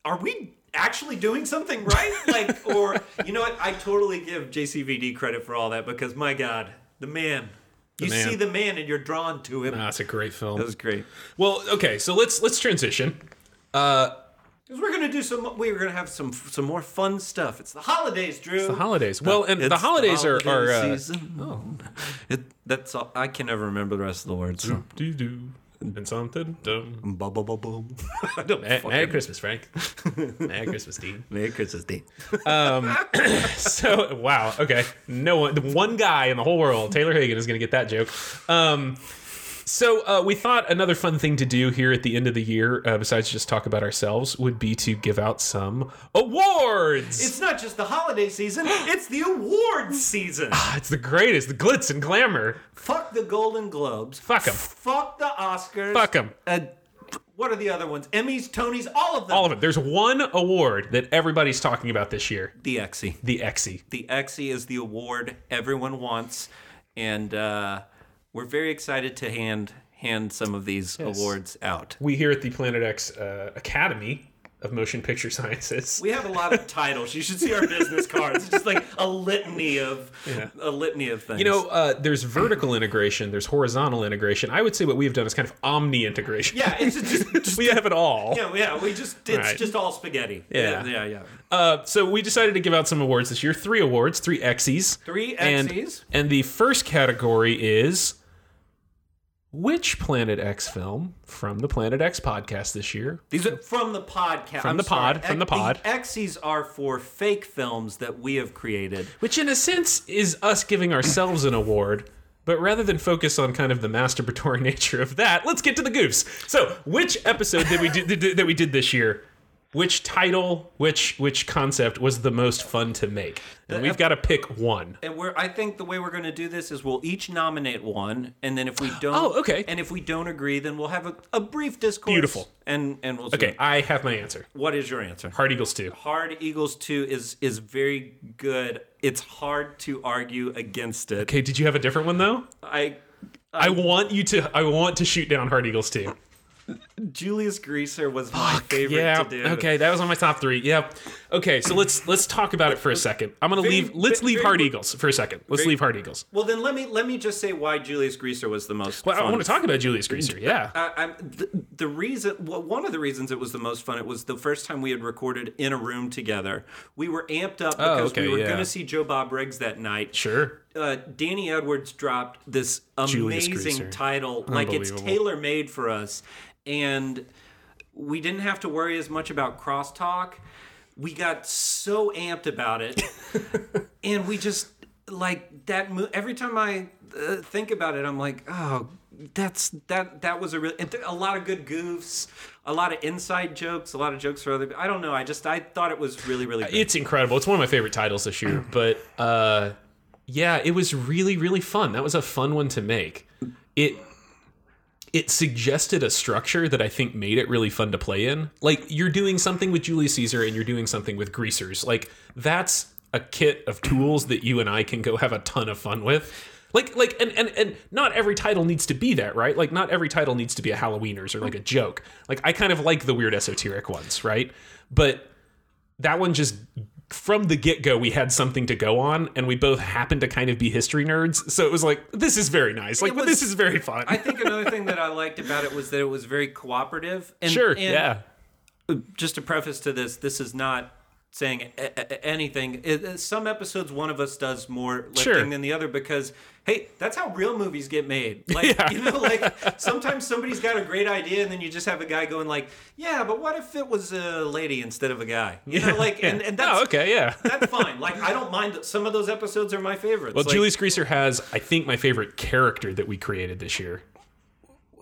Speaker 3: "Are we actually doing something right?" Like, or you know what? I totally give JCVD credit for all that because my God, the man. you
Speaker 5: man.
Speaker 3: see the man, and you're drawn to him.
Speaker 5: that's Ah, a great film.
Speaker 3: That was great.
Speaker 5: well, okay, so let's let's transition. Uh,
Speaker 3: Because we're gonna do some. We're gonna have some some more fun stuff. It's the holidays, Drew.
Speaker 5: the holidays. Well, and
Speaker 3: Oh. It's
Speaker 5: the holidays are are.
Speaker 3: holiday
Speaker 5: Uh,
Speaker 3: season. It, that's all. I can never remember the rest of the words.
Speaker 5: do do and something. Dumb.
Speaker 3: Ba, ba, ba, boom. <laughs> I don't fucking-
Speaker 5: Merry Christmas,
Speaker 3: <laughs>
Speaker 5: Frank. Merry Christmas, Dean.
Speaker 3: Merry Christmas, Dean.
Speaker 5: So wow, okay. No one, the one guy in the whole world, Taylor Hagen, is going to get that joke. Um, so uh, we thought another fun thing to do here at the end of the year, uh, besides just talk about ourselves, would be to give out some awards.
Speaker 3: It's not just the holiday
Speaker 5: <gasps>
Speaker 3: season. It's the awards season.
Speaker 5: Ah, it's the greatest, the glitz and glamour.
Speaker 3: Fuck the Golden Globes.
Speaker 5: Fuck 'em.
Speaker 3: Fuck the Oscars.
Speaker 5: Fuck 'em.
Speaker 3: Uh, what are the other ones? Emmys, Tonys, all of them.
Speaker 5: All of it. There's one award that everybody's talking about this year:
Speaker 3: The Exy.
Speaker 5: the E. Exie.
Speaker 3: The Exy is the award everyone wants, and uh, we're very excited to hand hand some of these awards out.
Speaker 5: We here at the Planet X uh, Academy of Motion Picture Sciences.
Speaker 3: We have a lot of titles. You should see our business cards. It's just like a litany of a litany of things.
Speaker 5: You know, uh, there's vertical integration, there's horizontal integration. I would say what we've done is kind of omni integration. <laughs>
Speaker 3: yeah, it's just, just
Speaker 5: we have it all.
Speaker 3: yeah, yeah. We just it's
Speaker 5: Right.
Speaker 3: just all spaghetti.
Speaker 5: Yeah.
Speaker 3: yeah, yeah.
Speaker 5: Uh, so we decided to give out some awards this year. Three awards, three X's.
Speaker 3: Three
Speaker 5: And-
Speaker 3: Xs.
Speaker 5: And, the first category is which Planet X film from the Planet X podcast this year?
Speaker 3: These are from the podcast.
Speaker 5: From the pod, from the pod.
Speaker 3: The Xs are for fake films that we have created.
Speaker 5: Which, in a sense, is us giving ourselves an award. But rather than focus on kind of the masturbatory <laughs> nature of that, let's get to the goofs. So, which episode that we did that we did this year? Which title, which which concept was the most fun to make? And we've got to pick one.
Speaker 3: And we're I think the way we're going to do this is we'll each nominate one, and then if we don't,
Speaker 5: Oh, okay.
Speaker 3: And if we don't agree, then we'll have a, a brief discourse.
Speaker 5: Beautiful.
Speaker 3: And and we'll see.
Speaker 5: Okay, I have my answer.
Speaker 3: What is your answer?
Speaker 5: Hard Eagles 2.
Speaker 3: Hard Eagles 2 is is very good. It's hard to argue against it.
Speaker 5: Okay, did you have a different one though?
Speaker 3: I
Speaker 5: I want you to I want to shoot down Hard Eagles 2.
Speaker 3: Julius Greaser was my favorite
Speaker 5: Yeah.
Speaker 3: to do.
Speaker 5: Okay, that was on my top 3. Yep. Okay, so let's let's talk about it for a second. I'm going to leave let's
Speaker 3: very-
Speaker 5: leave Hard Eagles for a second. Let's leave Hard Eagles.
Speaker 3: Well then let me let me just say why Julius Greaser was the most
Speaker 5: Well, I
Speaker 3: fun.
Speaker 5: want to talk about Julius Greaser.
Speaker 3: <laughs>
Speaker 5: Yeah.
Speaker 3: I, I'm the, the reason. Well, one of the reasons it was the most fun. It was the first time we had recorded in a room together. We were amped up
Speaker 5: Oh,
Speaker 3: because
Speaker 5: okay,
Speaker 3: we were
Speaker 5: yeah.
Speaker 3: going to see Joe Bob Riggs that night.
Speaker 5: Sure.
Speaker 3: uh, Danny Edwards dropped this
Speaker 5: Julius
Speaker 3: amazing
Speaker 5: Greaser.
Speaker 3: title, like it's
Speaker 5: Unbelievable.
Speaker 3: tailor made for us, and we didn't have to worry as much about crosstalk. We got so amped about
Speaker 5: <laughs>
Speaker 3: it, and we just like that. Mo- every time I uh, think about it, I'm like, oh, that's that. That was a real and th- a lot of good goofs, a lot of inside jokes, a lot of jokes for other. I don't know. I just I thought it was really really. Good.
Speaker 5: It's incredible. It's one of my favorite titles this year, but uh yeah, it was really really fun. That was a fun one to make. It it suggested a structure that I think made it really fun to play in. Like you're doing something with Julius Caesar and you're doing something with greasers. Like that's a kit of tools that you and I can go have a ton of fun with. Like like and, and and not every title needs to be that, right? Like not every title needs to be a Halloweeners or like a joke. Like I kind of like the weird esoteric ones, right? But that one just from the get-go we had something to go on and we both happened to kind of be history nerds so it was like this is very nice like
Speaker 3: It was-
Speaker 5: this is very fun
Speaker 3: I think another thing that I liked about it was that it was very cooperative. And,
Speaker 5: sure
Speaker 3: and
Speaker 5: yeah
Speaker 3: just to preface to this, this is not saying a- a- a- anything. It- it- some episodes, one of us does more lifting
Speaker 5: Sure.
Speaker 3: than the other because, hey, that's how real movies get
Speaker 5: <laughs>
Speaker 3: made. Like,
Speaker 5: Yeah.
Speaker 3: you know, like sometimes somebody's got a great idea and then you just have a guy going like, yeah, but what if it was a lady instead of a guy? You know, like, and, and that's,
Speaker 5: <laughs> oh okay yeah
Speaker 3: that's fine. Like, I don't mind. that Some of those episodes are my favorites.
Speaker 5: well
Speaker 3: like,
Speaker 5: julius greaser has i think my favorite character that we created this year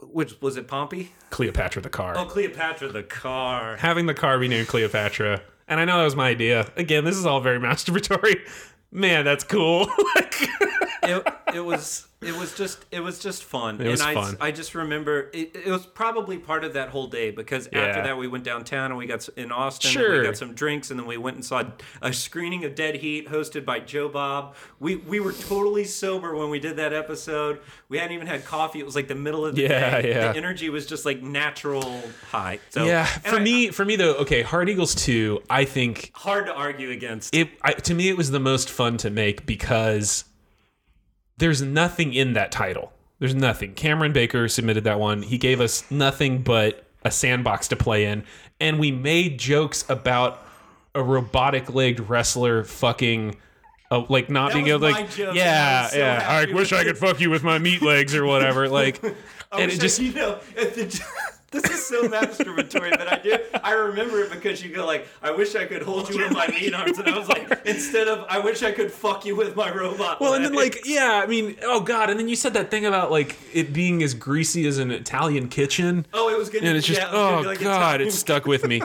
Speaker 3: which was it Pompey?
Speaker 5: cleopatra the car
Speaker 3: Oh, Cleopatra the car.
Speaker 5: having the car be named Cleopatra. And I know that was my idea. Again, this is all very <laughs> masturbatory. Man, that's cool. <laughs> Like-
Speaker 3: it, it was it was just it was just fun.
Speaker 5: was
Speaker 3: and I
Speaker 5: fun.
Speaker 3: I just remember it, it was probably part of that whole day because after
Speaker 5: Yeah.
Speaker 3: that we went downtown and we got s- in Austin and
Speaker 5: Sure.
Speaker 3: we got some drinks and then we went and saw a screening of Dead Heat hosted by Joe Bob. We we were totally sober when we did that episode. We hadn't even had coffee. It was like the middle of the
Speaker 5: Yeah,
Speaker 3: day.
Speaker 5: yeah.
Speaker 3: The energy was just like natural high. So
Speaker 5: yeah,
Speaker 3: and
Speaker 5: for
Speaker 3: I-
Speaker 5: me, for me though, okay, Hard Eagles 2, I think
Speaker 3: hard to argue against.
Speaker 5: it I, to me it was the most fun to make because there's nothing in that title. There's nothing. Cameron Baker submitted that one. He gave us nothing but a sandbox to play in, and we made jokes about a robotic-legged wrestler fucking, uh, like not being
Speaker 3: was
Speaker 5: able, to,
Speaker 3: my
Speaker 5: like
Speaker 3: joke, and I
Speaker 5: yeah,
Speaker 3: was so
Speaker 5: yeah.
Speaker 3: happy
Speaker 5: I wish
Speaker 3: with
Speaker 5: I could fuck you with my meat legs
Speaker 3: <laughs>
Speaker 5: or whatever. Like, and
Speaker 3: wish
Speaker 5: it
Speaker 3: I-
Speaker 5: just
Speaker 3: you know, <laughs> if the, this is so masturbatory, but I do I remember it because you go like, I wish I could hold you in my meat
Speaker 5: <laughs>
Speaker 3: arms, and I was like, instead of I wish I could fuck you with my robot.
Speaker 5: Well, and then
Speaker 3: legs."
Speaker 5: like, yeah, I mean, oh god, and then you said that thing about like it being as greasy as an Italian kitchen.
Speaker 3: Oh, it was gonna.
Speaker 5: and it's just
Speaker 3: yeah, it was gonna
Speaker 5: oh
Speaker 3: be like a
Speaker 5: god,
Speaker 3: time-
Speaker 5: it stuck with me.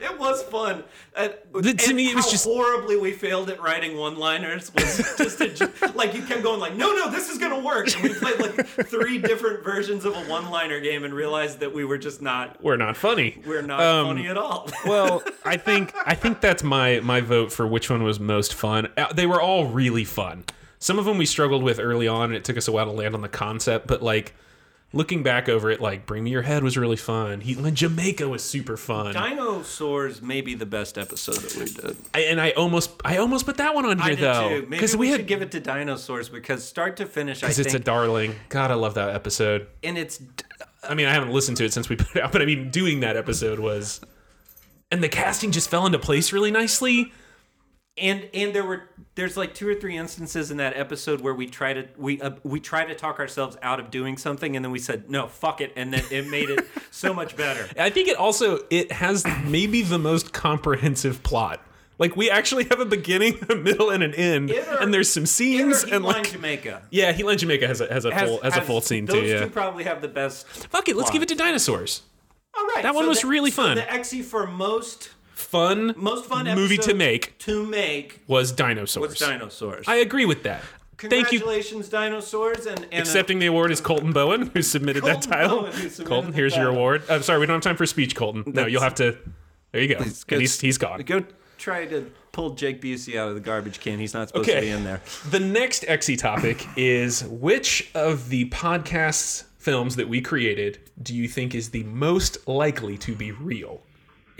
Speaker 3: It was fun. And,
Speaker 5: The- to
Speaker 3: and
Speaker 5: me, it was
Speaker 3: how
Speaker 5: just-
Speaker 3: horribly we failed at writing one-liners. Was just a, j- <laughs> like you kept going like, no, no, this is gonna work. And we played like three different versions of a one-liner game and realized that we were just not.
Speaker 5: We're not funny.
Speaker 3: <laughs> We're not
Speaker 5: Um,
Speaker 3: funny at all.
Speaker 5: <laughs>
Speaker 3: <laughs>
Speaker 5: well, I think I think that's my my vote for which one was most fun. Uh, They were all really fun. Some of them we struggled with early on, and it took us a while to land on the concept. But like looking back over it, like Bring Me Your Head was really fun. Heatland Jamaica was super fun.
Speaker 3: Dinosaurs may be the best episode that we did.
Speaker 5: I, and I almost I almost put that one on here
Speaker 3: I did
Speaker 5: though
Speaker 3: too. Maybe we,
Speaker 5: we
Speaker 3: should
Speaker 5: had
Speaker 3: give it to dinosaurs because start to finish, I
Speaker 5: because
Speaker 3: think,
Speaker 5: it's a darling. God, I love that episode.
Speaker 3: and it's
Speaker 5: I mean, I haven't listened to it since we <laughs> put it out, but I mean, doing that episode was, and the casting just fell into place really nicely.
Speaker 3: and and there were there's like two or three instances in that episode where we try to we uh, we try to talk ourselves out of doing something, and then we said no, fuck it, and then it made <laughs> it so much better.
Speaker 5: I think it also it has <clears throat> maybe the most comprehensive plot. Like we actually have a beginning, <laughs> a middle, and an end,
Speaker 3: It or-
Speaker 5: and there's some
Speaker 3: And
Speaker 5: scenes, and like
Speaker 3: Jamaica.
Speaker 5: yeah, Heatland Jamaica has a has a full has, a full scene
Speaker 3: those
Speaker 5: too. Yeah,
Speaker 3: two probably have the best.
Speaker 5: fuck it, let's give it to dinosaurs.
Speaker 3: All right,
Speaker 5: That one was
Speaker 3: the-
Speaker 5: really
Speaker 3: so
Speaker 5: fun.
Speaker 3: the Exy for most
Speaker 5: Fun,
Speaker 3: most fun
Speaker 5: movie to
Speaker 3: episode
Speaker 5: make
Speaker 3: to make
Speaker 5: was dinosaurs.
Speaker 3: was dinosaurs.
Speaker 5: I agree with that. Thank you.
Speaker 3: Congratulations, dinosaurs, and, and
Speaker 5: Accepting the award is Colton Bowen, who submitted
Speaker 3: Colton
Speaker 5: that title.
Speaker 3: Bowen, who submitted
Speaker 5: Colton,
Speaker 3: the
Speaker 5: here's your
Speaker 3: title.
Speaker 5: award. I'm sorry, we don't have time for speech, Colton. no, you'll have to. There you go. And he's, he's gone.
Speaker 3: Go try to pull Jake Busey out of the garbage can. He's not supposed
Speaker 5: Okay.
Speaker 3: to be in there.
Speaker 5: The next XE topic is which of the podcast's films that we created do you think is the most likely to be real?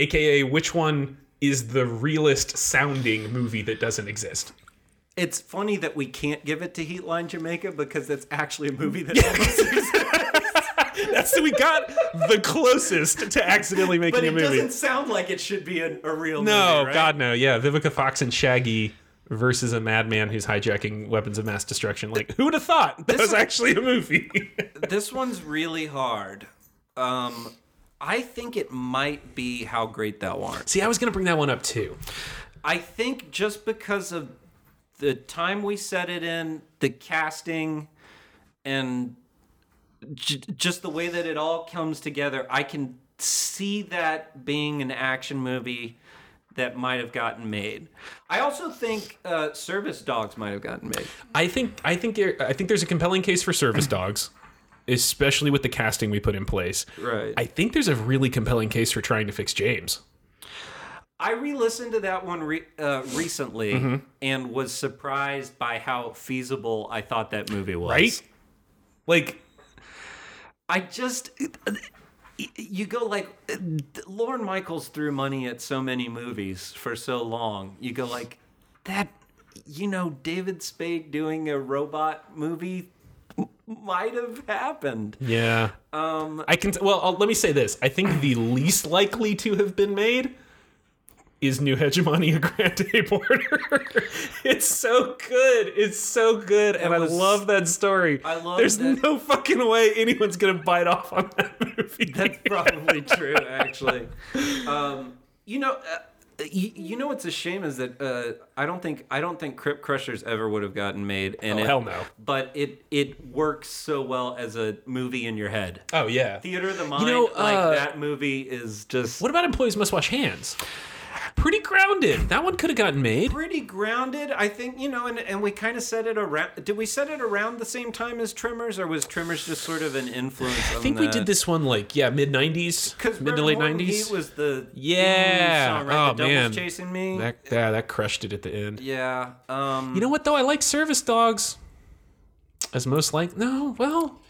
Speaker 5: AKA, which one is the realest sounding movie that doesn't exist? <laughs>
Speaker 3: It's funny that we can't give it to Heatline Jamaica because that's actually a movie
Speaker 5: <laughs>
Speaker 3: that almost
Speaker 5: That's we got the closest to accidentally making
Speaker 3: but
Speaker 5: a
Speaker 3: it
Speaker 5: movie.
Speaker 3: doesn't sound like it should be a, a real
Speaker 5: No,
Speaker 3: movie. right?
Speaker 5: God, no. Yeah, Vivica Fox and Shaggy versus a madman who's hijacking weapons of mass destruction. Like, who would have thought that was actually a movie? <laughs>
Speaker 3: This one's really hard. Um, I think it might be How Great Thou Art.
Speaker 5: See, I was gonna bring that one up too.
Speaker 3: I think just because of the time we set it in, the casting, and j- just the way that it all comes together, I can see that being an action movie that might have gotten made. I also think uh, Service Dogs might have gotten made.
Speaker 5: I think, I think, there- I think there's a compelling case for service dogs, especially with the casting we put in place.
Speaker 3: Right.
Speaker 5: I think there's a really compelling case for trying to fix James.
Speaker 3: I re-listened to that one re- uh, recently and was surprised by how feasible I thought that movie was.
Speaker 5: right? Like,
Speaker 3: I just you go like Lauren Michaels threw money at so many movies for so long. You go like that you know David Spade doing a robot movie might have happened.
Speaker 5: yeah. Um, I can. Well, I'll, let me say this. I think the least likely to have been made is New Hegemonia Grande Border. <laughs> it's so good. It's so good, and I
Speaker 3: was-
Speaker 5: love that story.
Speaker 3: I love
Speaker 5: There's
Speaker 3: that-
Speaker 5: no fucking way anyone's gonna bite off on that <laughs> movie.
Speaker 3: That's probably true, actually. Um, you know, uh, you, you know what's a shame is that uh, I don't think I don't think Crypt Crushers ever would have gotten made. And
Speaker 5: Oh,
Speaker 3: it-
Speaker 5: hell no.
Speaker 3: But it it works so well as a movie in your head.
Speaker 5: oh yeah.
Speaker 3: Theater of the mind,
Speaker 5: know, uh,
Speaker 3: like that movie is just
Speaker 5: What about employees must wash hands? Pretty grounded. That one could have gotten made.
Speaker 3: pretty grounded. I think you know, and and we kind of set it around. Did we set it around the same time as Tremors, or was Tremors just sort of an influence?
Speaker 5: I think we
Speaker 3: <laughs>
Speaker 5: did this one like yeah, mid '90s, mid to late
Speaker 3: nineties.
Speaker 5: '90s.
Speaker 3: Was the
Speaker 5: Yeah.
Speaker 3: theme song, right?
Speaker 5: Oh,
Speaker 3: the Devil's
Speaker 5: man.
Speaker 3: chasing me.
Speaker 5: That yeah, that crushed it at the end.
Speaker 3: Yeah. Um,
Speaker 5: You know what though? I like service dogs. As most like no, well,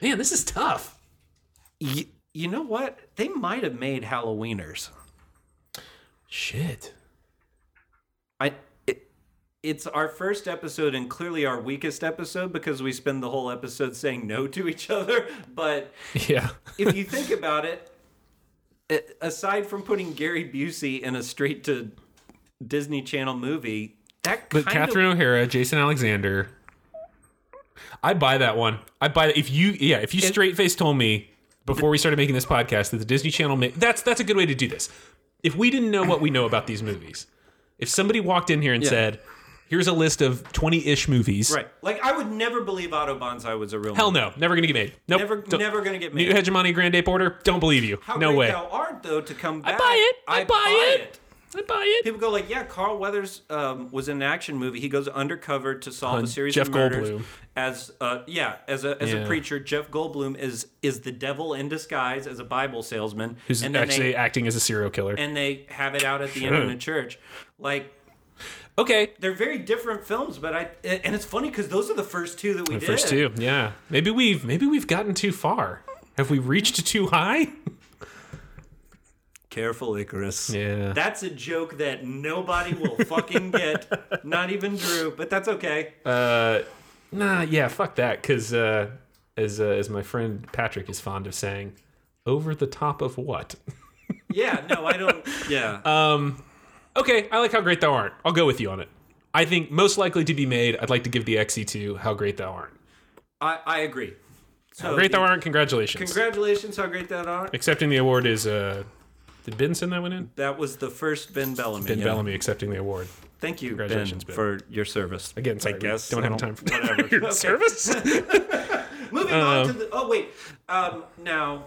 Speaker 5: man, this is tough.
Speaker 3: y- you know what? They might have made Halloweeners.
Speaker 5: Shit.
Speaker 3: I. It, it's our first episode and clearly our weakest episode because we spend the whole episode saying no to each other. <laughs> But
Speaker 5: <laughs> Yeah.
Speaker 3: if you think about it, a- aside from putting Gary Busey in a straight to Disney Channel movie, that
Speaker 5: But
Speaker 3: kind
Speaker 5: Catherine
Speaker 3: of
Speaker 5: O'Hara, Jason Alexander. I buy that one. I buy that if you yeah, if you straight face told me before we started making this podcast that the Disney Channel ma- that's that's a good way to do this. If we didn't know what we know about these movies, if somebody walked in here and said, "Here's a list of 20-ish movies."
Speaker 3: right. Like I would never believe Auto Bonsai was a real
Speaker 5: Hell
Speaker 3: movie.
Speaker 5: no. Never going to get made. Nope.
Speaker 3: Never,
Speaker 5: Don't-
Speaker 3: never gonna get
Speaker 5: New
Speaker 3: made.
Speaker 5: Hegemony Grande Porter, don't believe you.
Speaker 3: How
Speaker 5: no
Speaker 3: great
Speaker 5: way.
Speaker 3: thou art though to come back.
Speaker 5: I buy it. I, buy, it. I buy it.
Speaker 3: People go like, yeah, Carl Weathers um, was in an action movie. He goes undercover to solve
Speaker 5: Hun-
Speaker 3: a series
Speaker 5: Jeff
Speaker 3: of murders.
Speaker 5: Goldblum.
Speaker 3: As uh, yeah, as a as
Speaker 5: Yeah.
Speaker 3: a preacher, Jeff Goldblum is is the devil in disguise as a Bible salesman,
Speaker 5: Who's
Speaker 3: and then
Speaker 5: actually
Speaker 3: they,
Speaker 5: acting as a serial killer?
Speaker 3: and they have it out at the end of the church. Like
Speaker 5: okay,
Speaker 3: they're very different films, but I and it's funny because those are the first two that we
Speaker 5: the
Speaker 3: did.
Speaker 5: first two. Yeah, maybe we've maybe we've gotten too far. Have we reached too high?
Speaker 3: Careful, Icarus.
Speaker 5: Yeah.
Speaker 3: That's a joke that nobody will fucking
Speaker 5: <laughs>
Speaker 3: get, not even Drew. But that's okay.
Speaker 5: Nah, yeah, fuck that. Because uh, as uh, as my friend Patrick is fond of saying, over the top of what?
Speaker 3: Yeah, no, I don't. Yeah,
Speaker 5: Uh, Okay, I like how great thou art. I'll go with you on it. I think most likely to be made. I'd like to give the XE to how great thou art.
Speaker 3: I, I agree. So
Speaker 5: Great thou art. Congratulations.
Speaker 3: Congratulations, how great that are.
Speaker 5: Accepting the award is uh, did Ben send that one in?
Speaker 3: That was the first Ben Bellamy.
Speaker 5: Ben
Speaker 3: yeah.
Speaker 5: Bellamy accepting the award.
Speaker 3: Thank you,
Speaker 5: Congratulations, Ben.
Speaker 3: ben, for your service.
Speaker 5: Again, sorry,
Speaker 3: I guess
Speaker 5: we don't have time <laughs> for your
Speaker 3: Okay.
Speaker 5: service.
Speaker 3: Moving on to the. Oh wait, um, now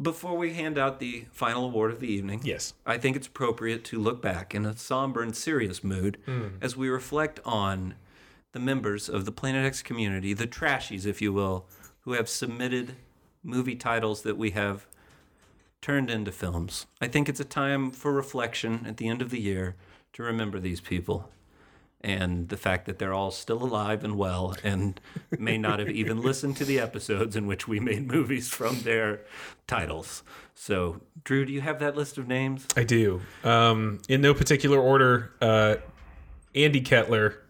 Speaker 3: before we hand out the final award of the evening,
Speaker 5: Yes.
Speaker 3: I think it's appropriate to look back in a somber and serious mood as we reflect on the members of the Planet X community, the trashies, if you will, who have submitted movie titles that we have turned into films. I think it's a time for reflection at the end of the year to remember these people and the fact that they're all still alive and well and may not have even listened to the episodes in which we made movies from their titles. So, Drew, do you have that list of names?
Speaker 5: I do. Um, in no particular order, uh, Andy Kettler,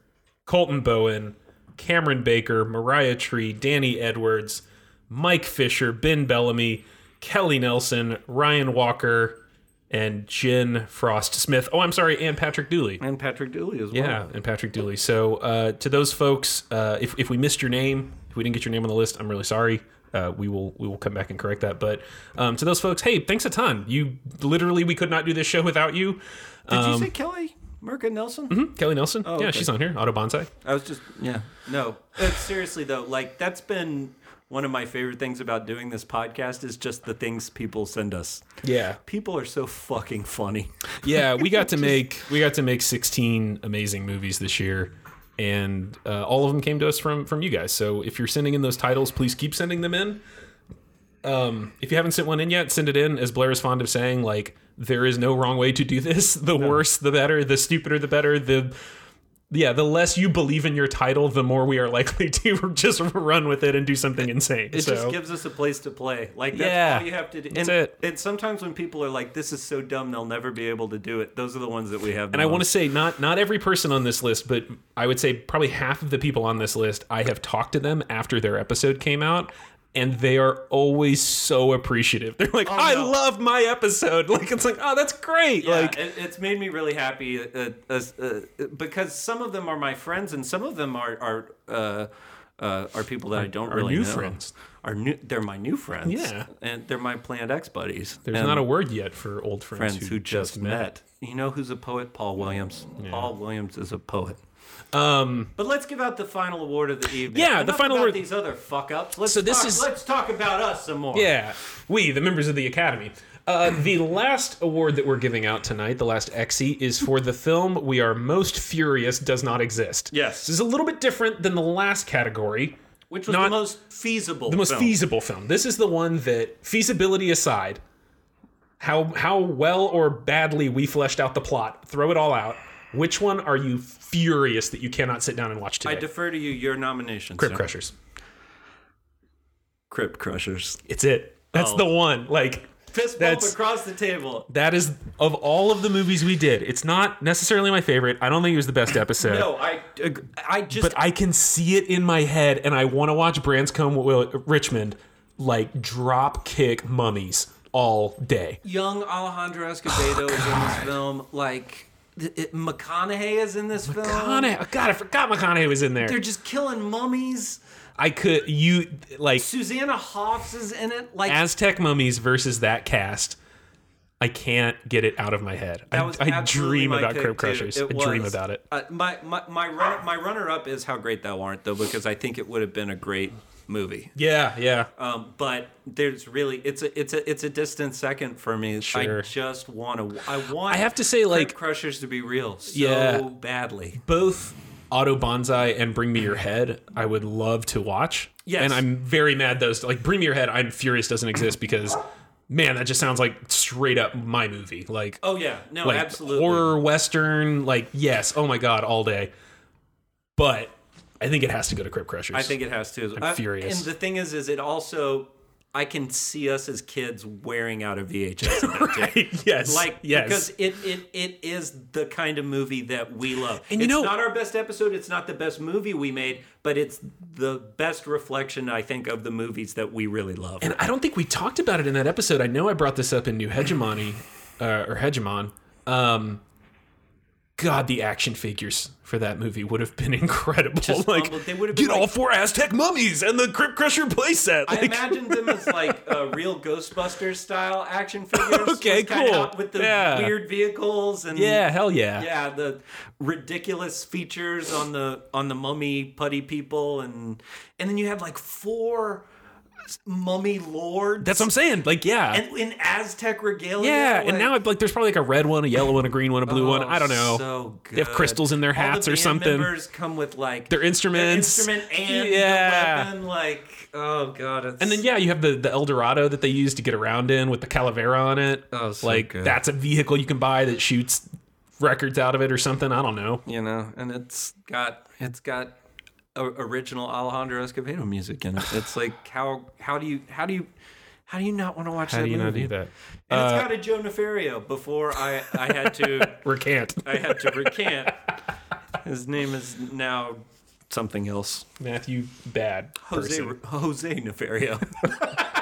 Speaker 5: Colton Bowen, Cameron Baker, Mariah Tree, Danny Edwards, Mike Fisher, Ben Bellamy, Kelly Nelson, Ryan Walker, and Jen Frost Smith. Oh, I'm sorry, and Patrick Dooley.
Speaker 3: And Patrick Dooley as well.
Speaker 5: Yeah, and Patrick Dooley. So uh, to those folks, uh, if if we missed your name, if we didn't get your name on the list, I'm really sorry. Uh, we will we will come back and correct that. But um, to those folks, hey, thanks a ton. You literally we could not do this show without you.
Speaker 3: Did you say Kelly Merca Nelson?
Speaker 5: Kelly Nelson, yeah,
Speaker 3: okay.
Speaker 5: she's on here. Auto Bonsai.
Speaker 3: I was just yeah. No, Uh, seriously though, like that's been one of my favorite things about doing this podcast is just the things people send us.
Speaker 5: Yeah,
Speaker 3: People are so fucking funny.
Speaker 5: yeah. We
Speaker 3: <laughs>
Speaker 5: got to make we got to make 16 amazing movies this year. And uh, all of them came to us from from you guys. So if you're sending in those titles, please keep sending them in. um, if you haven't sent one in yet, send it in. As Blair is fond of saying, like there is no wrong way to do this. <laughs> The worse, the better. The stupider, the better. The yeah, the less you believe in your title, the more we are likely <laughs> to just run with it and do something insane.
Speaker 3: It
Speaker 5: so
Speaker 3: just gives us a place to play. Like that's
Speaker 5: Yeah.
Speaker 3: all you have to do. And,
Speaker 5: That's it.
Speaker 3: and sometimes when people are like, "This is so dumb, they'll never be able to do it." Those are the ones that we have.
Speaker 5: And I want to say not not every person on this list, but I would say probably half of the people on this list, I have talked to them after their episode came out. And they are always so appreciative. <laughs> They're like, "I
Speaker 3: Oh, no.
Speaker 5: love my episode." <laughs> Like it's like, "Oh, that's great!"
Speaker 3: Yeah,
Speaker 5: like,
Speaker 3: it, it's made me really happy uh, uh, uh, because some of them are my friends and some of them are are uh, uh, are people that I don't
Speaker 5: are
Speaker 3: really
Speaker 5: new
Speaker 3: know.
Speaker 5: friends.
Speaker 3: Are new? They're my new friends.
Speaker 5: Yeah.
Speaker 3: and they're my Planet X buddies.
Speaker 5: there's
Speaker 3: And
Speaker 5: not a word yet for old friends,
Speaker 3: friends who just met. You know who's a poet? Paul Williams. Paul Williams is a poet.
Speaker 5: Um,
Speaker 3: But let's give out the final award of the evening.
Speaker 5: Yeah, the
Speaker 3: Enough
Speaker 5: final
Speaker 3: about
Speaker 5: award-
Speaker 3: These other fuck ups. Let's
Speaker 5: So this
Speaker 3: talk,
Speaker 5: is-
Speaker 3: let's talk about us some more.
Speaker 5: yeah, we, the members of the Academy. Uh, the last award that we're giving out tonight, the last Exy, is for the film "We Are Most Furious" does not exist.
Speaker 3: Yes.
Speaker 5: this is a little bit different than the last category.
Speaker 3: which was
Speaker 5: Not-
Speaker 3: the most feasible.
Speaker 5: the most
Speaker 3: film.
Speaker 5: feasible film. This is the one that feasibility aside, how how well or badly we fleshed out the plot. Throw it all out. Which one are you furious that you cannot sit down and watch
Speaker 3: I
Speaker 5: today?
Speaker 3: defer to you. Your nomination.
Speaker 5: Crib
Speaker 3: sir.
Speaker 5: Crushers.
Speaker 3: Crypt Crushers.
Speaker 5: It's it. That's
Speaker 3: Oh.
Speaker 5: the one. Like
Speaker 3: Fist bump
Speaker 5: That's-
Speaker 3: across the table.
Speaker 5: that is of all of the movies we did. It's not necessarily my favorite. I don't think it was
Speaker 3: <clears throat>
Speaker 5: the best episode.
Speaker 3: No, I, ag- I just,
Speaker 5: But I can see it in my head, and I want to watch Branscombe Will- Richmond like drop kick mummies all day.
Speaker 3: young Alejandro Escobedo
Speaker 5: Oh,
Speaker 3: is in this film. Like, th- it, McConaughey is in this film.
Speaker 5: McConaughey. God, I forgot McConaughey was in there.
Speaker 3: They're just killing mummies.
Speaker 5: I could you like
Speaker 3: Susanna Hoffs is in it. Like,
Speaker 5: Aztec mummies versus that cast. I can't get it out of my head. I,
Speaker 3: That was
Speaker 5: I
Speaker 3: absolutely
Speaker 5: dream
Speaker 3: my
Speaker 5: about
Speaker 3: pick,
Speaker 5: Crib
Speaker 3: dude.
Speaker 5: Crushers. I
Speaker 3: It
Speaker 5: dream
Speaker 3: was.
Speaker 5: about it.
Speaker 3: Uh, my my my, run, my runner up is how great thou art though because I think it would have been a great movie.
Speaker 5: Yeah, yeah.
Speaker 3: Um, but there's really it's a it's a it's a distant second for me.
Speaker 5: Sure.
Speaker 3: I just want to I want
Speaker 5: I have to say,
Speaker 3: Crib
Speaker 5: like-
Speaker 3: Crushers to be real so
Speaker 5: Yeah.
Speaker 3: badly.
Speaker 5: Both Auto Bonsai and Bring Me Your Head, I would love to watch.
Speaker 3: Yes.
Speaker 5: And I'm very mad those like Bring Me Your Head, I'm furious doesn't exist because man, that just sounds like straight up my movie. Like
Speaker 3: Oh yeah, no,
Speaker 5: like
Speaker 3: absolutely.
Speaker 5: horror western, like yes, oh my god, all day. But I think it has to go to Crib Crushers.
Speaker 3: I think it has to. I'm
Speaker 5: furious.
Speaker 3: And the thing is, is it also I can see us as kids wearing out a
Speaker 5: <laughs>
Speaker 3: VHS. at that tape.
Speaker 5: yes,
Speaker 3: like
Speaker 5: yes.
Speaker 3: because it, it it is the kind of movie that we love
Speaker 5: And you
Speaker 3: it's
Speaker 5: know-
Speaker 3: not our best episode it's not the best movie we made but it's the best reflection i think of the movies that we really love
Speaker 5: And I don't think we talked about it in that episode. I know I brought this up in
Speaker 3: <laughs>
Speaker 5: New Hegemony uh, or Hegemon. Um, God, the action figures for that movie would have been <laughs> incredible.
Speaker 3: Just
Speaker 5: like,
Speaker 3: unbel- they would have been
Speaker 5: get all
Speaker 3: like-
Speaker 5: four Aztec mummies and the Crypt Crusher playset.
Speaker 3: I
Speaker 5: Like,
Speaker 3: imagined them as like uh, real Ghostbusters style action figures.
Speaker 5: <laughs> Okay,
Speaker 3: was kinda
Speaker 5: cool.
Speaker 3: out With the
Speaker 5: Yeah.
Speaker 3: weird vehicles and
Speaker 5: yeah, hell yeah.
Speaker 3: yeah, the ridiculous features on the on the mummy putty people, and and then you had like four mummy lords.
Speaker 5: That's what I'm saying. Like, yeah.
Speaker 3: and in Aztec regalia.
Speaker 5: yeah,
Speaker 3: like-
Speaker 5: and now like there's probably like a red one, a yellow one, a green one, a blue one.
Speaker 3: Oh,
Speaker 5: I don't know.
Speaker 3: So good.
Speaker 5: They have crystals in their
Speaker 3: All the
Speaker 5: hats or
Speaker 3: band
Speaker 5: something.
Speaker 3: Members come with like
Speaker 5: Their instruments.
Speaker 3: instrument and
Speaker 5: Yeah.
Speaker 3: the weapon. Like oh god. It's,
Speaker 5: And then yeah, you have the the El Dorado that they use to get around in with the Calavera on it.
Speaker 3: Oh, so
Speaker 5: like
Speaker 3: good.
Speaker 5: that's a vehicle you can buy that shoots records out of it or something. I don't know.
Speaker 3: you know, and it's got it's got o- original Alejandro Escobedo music
Speaker 5: <sighs>
Speaker 3: in it. It's like how how do you how do you how do you not want to watch that movie?
Speaker 5: that? Uh,
Speaker 3: And it's got a Joe Nefario before I I had to
Speaker 5: Recant.
Speaker 3: I had to
Speaker 5: <laughs>
Speaker 3: recant. His name is now something else.
Speaker 5: Matthew, bad
Speaker 3: Jose
Speaker 5: person.
Speaker 3: Jose Nefario.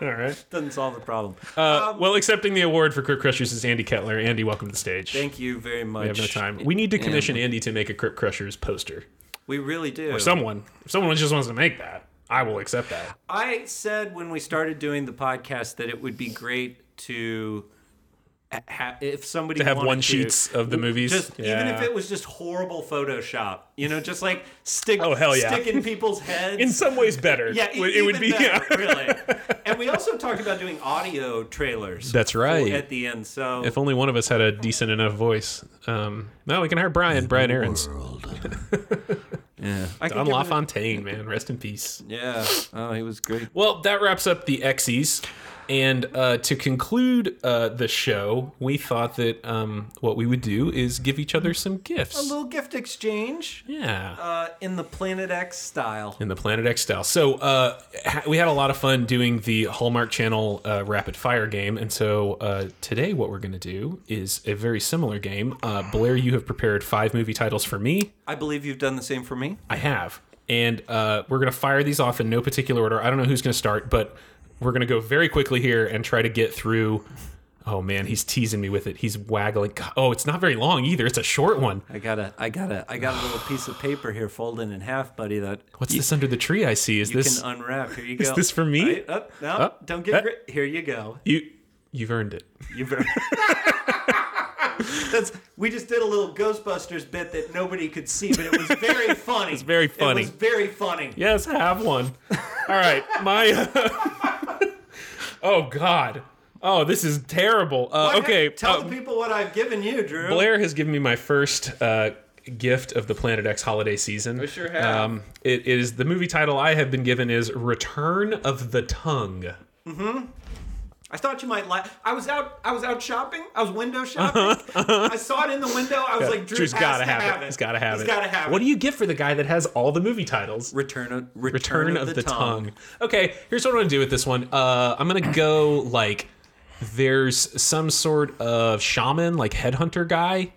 Speaker 5: All right.
Speaker 3: <laughs> Doesn't solve the problem.
Speaker 5: Uh, well, accepting the award for Crypt Crushers is Andy Kettler. Andy, welcome to the stage.
Speaker 3: Thank you very much.
Speaker 5: we have no time. We need to commission Andy to make a Crypt Crushers poster.
Speaker 3: We really do.
Speaker 5: Someone, if someone just wants to make that, I will accept that.
Speaker 3: I said when we started doing the podcast that it would be great to ha- if somebody
Speaker 5: To have
Speaker 3: wanted
Speaker 5: one
Speaker 3: to-
Speaker 5: sheets of the movies.
Speaker 3: Just even
Speaker 5: Yeah.
Speaker 3: if it was just horrible Photoshop, you know, just like stick
Speaker 5: Oh, hell yeah.
Speaker 3: stick in people's heads.
Speaker 5: in some ways better.
Speaker 3: yeah, e-
Speaker 5: it, it would be.
Speaker 3: better,
Speaker 5: yeah.
Speaker 3: really. And we also talked about doing audio trailers.
Speaker 5: That's right.
Speaker 3: At the end, so
Speaker 5: <laughs> If only one of us had a decent enough voice. Um, no, we can hire Brian. Brian Aarons.
Speaker 3: yeah, I could
Speaker 5: Don
Speaker 3: give it a-
Speaker 5: LaFontaine, man, rest in peace.
Speaker 3: Yeah. Oh, he was great.
Speaker 5: Well, that wraps up the X's. And uh, to conclude uh, the show, we thought that um, what we would do is give each other some
Speaker 3: A
Speaker 5: gifts.
Speaker 3: little gift exchange
Speaker 5: Yeah.
Speaker 3: uh, in the Planet X style.
Speaker 5: in the Planet X style. So uh, ha- we had a lot of fun doing the Hallmark Channel uh, rapid fire game, and so uh, today what we're going to do is a very similar game. Uh, Blair, you have prepared five movie titles for me.
Speaker 3: I believe you've done the same for me.
Speaker 5: I have, and uh, we're going to fire these off in no particular order. I don't know who's going to start, but we're going to go very quickly here and try to get through. Oh man, he's teasing me with it. He's waggling. Oh, it's not very long either. It's a short one.
Speaker 3: I got a, I got a, I got a <sighs> little piece of paper here, folded in half, buddy. That
Speaker 5: What's this under the tree? I see. Is
Speaker 3: you
Speaker 5: this
Speaker 3: can unwrap.
Speaker 5: <laughs>
Speaker 3: Here you go.
Speaker 5: this for me? Oh, eh.
Speaker 3: Right, up, no,
Speaker 5: Up,
Speaker 3: don't get
Speaker 5: up.
Speaker 3: gri- Here you go.
Speaker 5: you? You've earned it.
Speaker 3: You
Speaker 5: <laughs>
Speaker 3: ver- That's we just did a little Ghostbusters bit that nobody could see, but it was
Speaker 5: <laughs>
Speaker 3: very funny. It's
Speaker 5: very funny.
Speaker 3: It was very funny.
Speaker 5: Yes, have one. All right, my. <laughs> oh God. Oh, this is terrible. Uh,
Speaker 3: What-
Speaker 5: okay,
Speaker 3: Tell
Speaker 5: uh,
Speaker 3: the people what I've given you, Drew.
Speaker 5: Blair has given me my first uh, gift of the Planet X holiday season. I
Speaker 4: sure have.
Speaker 5: Um, it is the movie title I have been given is Return of the Tongue.
Speaker 3: I thought you might like. I was out. I was out shopping. I was
Speaker 5: <laughs>
Speaker 3: window shopping. I saw it in the window. I was like, Drew
Speaker 5: Uh-huh, Drew's
Speaker 3: has
Speaker 5: gotta
Speaker 3: to
Speaker 5: have, it. He's gotta have
Speaker 3: He's
Speaker 5: it.
Speaker 3: gotta have
Speaker 5: What
Speaker 3: it.
Speaker 5: do you get for the guy that has all the movie titles?
Speaker 3: Return of
Speaker 5: Return, of, the, tongue. Okay, here's what I'm gonna do with this one. Uh, I'm gonna go like there's some sort of shaman, like headhunter guy,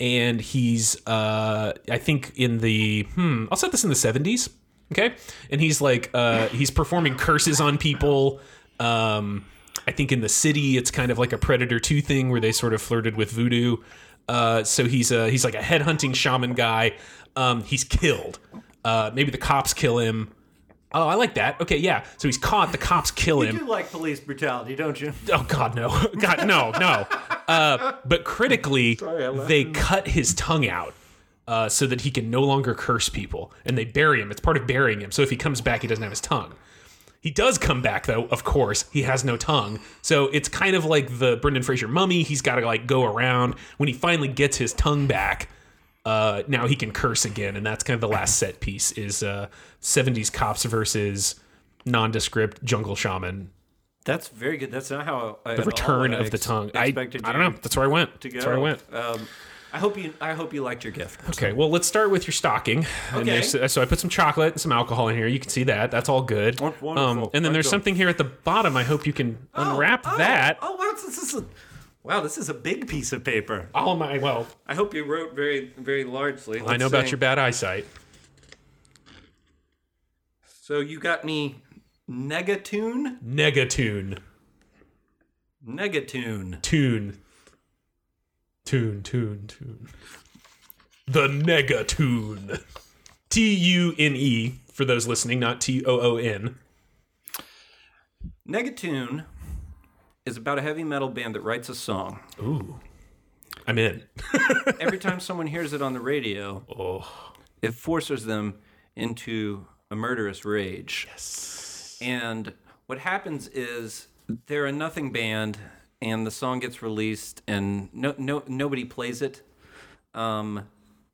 Speaker 5: and he's uh, I think in the hmm, I'll set this in the 70s. Okay, and he's like uh, he's performing curses on people. Um, I think in the city, it's kind of like a Predator Two thing where they sort of flirted with voodoo. Uh, so he's a, he's like a headhunting shaman guy. Um, he's killed. Uh, maybe the cops kill him. Oh, I like that. Okay, yeah. So he's caught. The cops kill
Speaker 3: You
Speaker 5: him.
Speaker 3: do like police brutality, don't you?
Speaker 5: Oh God, no, <laughs> God, no, no. Uh, but critically, they cut his tongue out uh, so that he can no longer curse people, and they bury him. It's part of burying him. So if he comes back, he doesn't have his tongue. He does come back though. Of course, he has no tongue. So it's kind of like the Brendan Fraser mummy. He's got to like go around. When he finally gets his tongue back, uh, now he can curse again, and that's kind of the last set piece is uh, '70s cops versus nondescript jungle shaman
Speaker 3: <laughs> That's very good. That's not how I,
Speaker 5: the return of the tongue. I, I
Speaker 3: expected
Speaker 5: don't
Speaker 3: you
Speaker 5: know. That's where I went.
Speaker 3: To go.
Speaker 5: That's where I went.
Speaker 3: Um, I hope you. I hope you liked your gift.
Speaker 5: Okay, well, let's start with your stocking. And
Speaker 3: Okay.
Speaker 5: there's- uh, so I put some chocolate and some alcohol in here. You can see that. That's all good. Um,
Speaker 3: Won- wonderful.
Speaker 5: and then there's
Speaker 3: Wonderful.
Speaker 5: something here at the bottom. I hope you can <laughs> unwrap
Speaker 3: Oh, oh,
Speaker 5: that.
Speaker 3: Oh, wow, this is a, wow, this is a big piece of paper.
Speaker 5: All my well,
Speaker 3: I hope you wrote very, very largely.
Speaker 5: I
Speaker 3: Let's
Speaker 5: know about
Speaker 3: see.
Speaker 5: your bad eyesight.
Speaker 3: So you got me Negatune,
Speaker 5: Negatune,
Speaker 3: Negatune.
Speaker 5: tune, tune, tune, tune. The Negatune, T U N E for those listening, not T O O N.
Speaker 3: Negatune is about a heavy metal band that writes a song.
Speaker 5: Ooh, I'm in.
Speaker 3: Every time someone hears it on the radio, it forces them into a murderous rage. Yes. And what happens is they're a nothing band, and the song gets released, and no, no, nobody plays it. Um,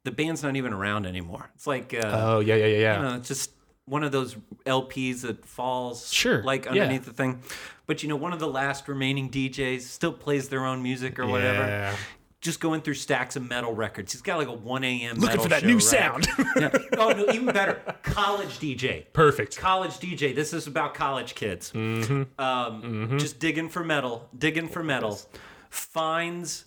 Speaker 3: the band's not even around anymore. It's like uh,
Speaker 5: Oh yeah, yeah, yeah, yeah.
Speaker 3: uh, just one of those LPs that falls
Speaker 5: Sure,
Speaker 3: like
Speaker 5: yeah.
Speaker 3: underneath the thing. But you know, one of the last remaining DJs still plays their own music or whatever
Speaker 5: Yeah.
Speaker 3: just going through stacks of metal records. He's got like a 1 a.m.
Speaker 5: Looking
Speaker 3: metal
Speaker 5: for that
Speaker 3: show,
Speaker 5: new
Speaker 3: right?
Speaker 5: sound.
Speaker 3: Yeah. Oh,
Speaker 5: <laughs>
Speaker 3: no, even better. College DJ.
Speaker 5: Perfect. Mm-hmm.
Speaker 3: College DJ. This is about college kids. Um, Just digging for metal, digging for metal. Finds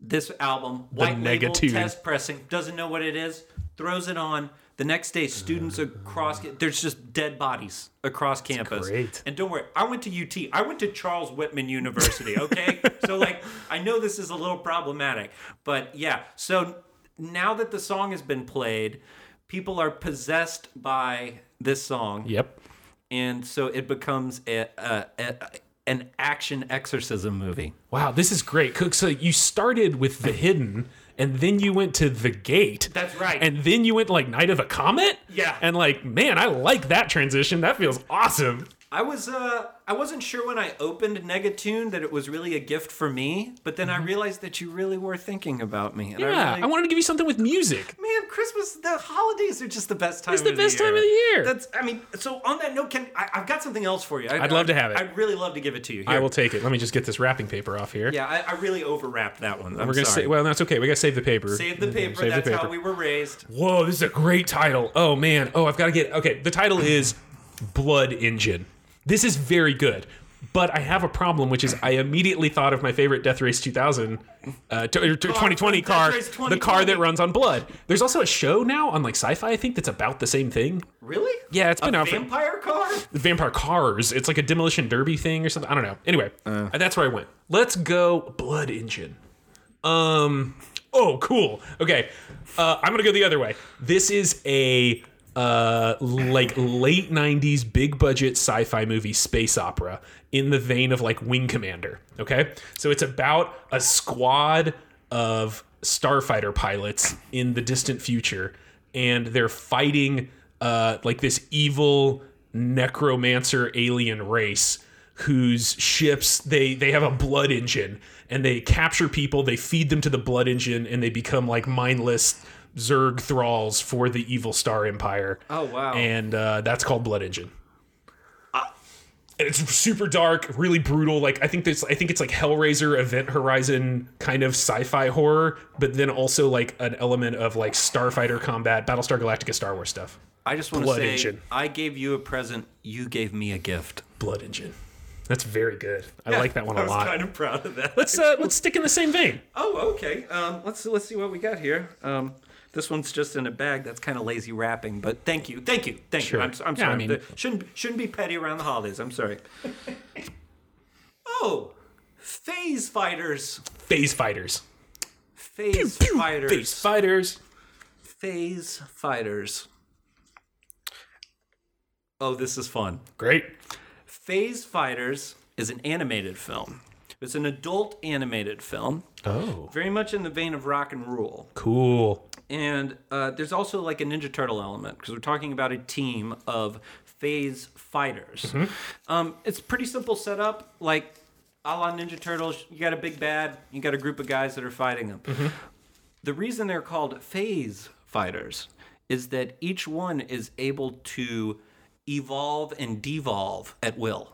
Speaker 3: this album, white label
Speaker 5: Negatune.
Speaker 3: test pressing, doesn't know what it is, throws it on. The next day, students
Speaker 5: Mm.
Speaker 3: across there's just dead bodies across campus.
Speaker 5: great.
Speaker 3: And don't worry, I went to UT. I went to Charles Whitman University, okay? so, like, I know this is a little problematic, but yeah. So now that the song has been played, people are possessed by this song.
Speaker 5: Yep.
Speaker 3: And so it becomes a, a, a, an action exorcism movie.
Speaker 5: Wow, this is great. Cook, so you started with The Hidden and then you went to The Gate.
Speaker 3: That's right.
Speaker 5: And then you went to, like Night of the Comet?
Speaker 3: Yeah.
Speaker 5: And like, man, I like that transition. That feels awesome.
Speaker 3: I was uh I wasn't sure when I opened Negatune that it was really a gift for me, but then I realized that you really were thinking about me. And
Speaker 5: Yeah,
Speaker 3: I, really,
Speaker 5: I wanted to give you something with music.
Speaker 3: man, Christmas, the holidays are just the best time.
Speaker 5: It's the
Speaker 3: of
Speaker 5: best
Speaker 3: the year.
Speaker 5: time of the year.
Speaker 3: That's I mean, so on that note, can I, I've got something else for you? I,
Speaker 5: I'd love to have it.
Speaker 3: I'd really love to give it to you.
Speaker 5: I
Speaker 3: Here.
Speaker 5: will take it. Let me just get this wrapping paper off here.
Speaker 3: Yeah, I, I really overwrapped that one. I'm
Speaker 5: We're gonna
Speaker 3: sorry.
Speaker 5: say, well, that's okay. We gotta save the paper.
Speaker 3: Save the paper.
Speaker 5: Save the
Speaker 3: That's
Speaker 5: paper.
Speaker 3: how we were raised.
Speaker 5: Whoa, this is a great title. Oh man. Oh, I've got to get. Okay, the title is Blood Engine. This is very good. But I have a problem, which is I immediately thought of my favorite Death Race 2000, uh, t- or t- 2020
Speaker 3: Death
Speaker 5: car,
Speaker 3: Race
Speaker 5: the car
Speaker 3: 2020.
Speaker 5: that runs on blood. There's also a show now on like Sci-Fi, I think, that's about the same thing.
Speaker 3: Really?
Speaker 5: Yeah, it's been
Speaker 3: a
Speaker 5: out for-
Speaker 3: vampire car.
Speaker 5: Vampire cars. It's like a demolition derby thing or something. I don't know. Anyway, that's where I went. Let's go Blood Engine. Um. Oh, cool. Okay. Uh, I'm gonna go the other way. This is a uh like late 90s big budget sci-fi movie space opera in the vein of like wing commander okay so it's about a squad of starfighter pilots in the distant future and they're fighting uh like this evil necromancer alien race whose ships they they have a blood engine and they capture people they feed them to the blood engine and they become like mindless zerg thralls for the evil star empire
Speaker 3: Oh, wow. Uh,
Speaker 5: and uh, that's called blood engine and it's super dark, really brutal. Like I think there's, I think it's like Hellraiser, Event Horizon kind of sci-fi horror, but then also like an element of like Starfighter combat, Battlestar Galactica, Star Wars stuff.
Speaker 3: I just want to
Speaker 5: Blood
Speaker 3: say,
Speaker 5: engine.
Speaker 3: I gave you a present. You gave me a gift.
Speaker 5: Blood Engine, that's very good. I like that
Speaker 3: <laughs>
Speaker 5: one
Speaker 3: I
Speaker 5: a
Speaker 3: was
Speaker 5: lot.
Speaker 3: kind of proud of that.
Speaker 5: let's uh, let's stick in the same vein.
Speaker 3: Oh, okay. Um, let's let's see what we got here. Um, this one's just in a bag. That's kind of lazy wrapping, but thank you, thank you, thank
Speaker 5: Sure.
Speaker 3: you. I'm, s- I'm
Speaker 5: Yeah,
Speaker 3: sorry.
Speaker 5: I mean-
Speaker 3: The- shouldn't shouldn't be petty around the holidays. I'm
Speaker 5: <laughs>
Speaker 3: sorry. oh, phase fighters,
Speaker 5: Phase fighters.
Speaker 3: phase fighters,
Speaker 5: Phase fighters.
Speaker 3: phase fighters. Oh, this is fun.
Speaker 5: Great.
Speaker 3: Phase Fighters is an animated film. It's an adult animated film,
Speaker 5: Oh,
Speaker 3: very much in the vein of rock and roll.
Speaker 5: cool.
Speaker 3: And uh, there's also like a Ninja Turtle element because we're talking about a team of phase fighters. Um, it's pretty simple setup, like a la Ninja Turtles. You got a big bad, you got a group of guys that are fighting them. The reason they're called phase fighters is that each one is able to evolve and devolve at will.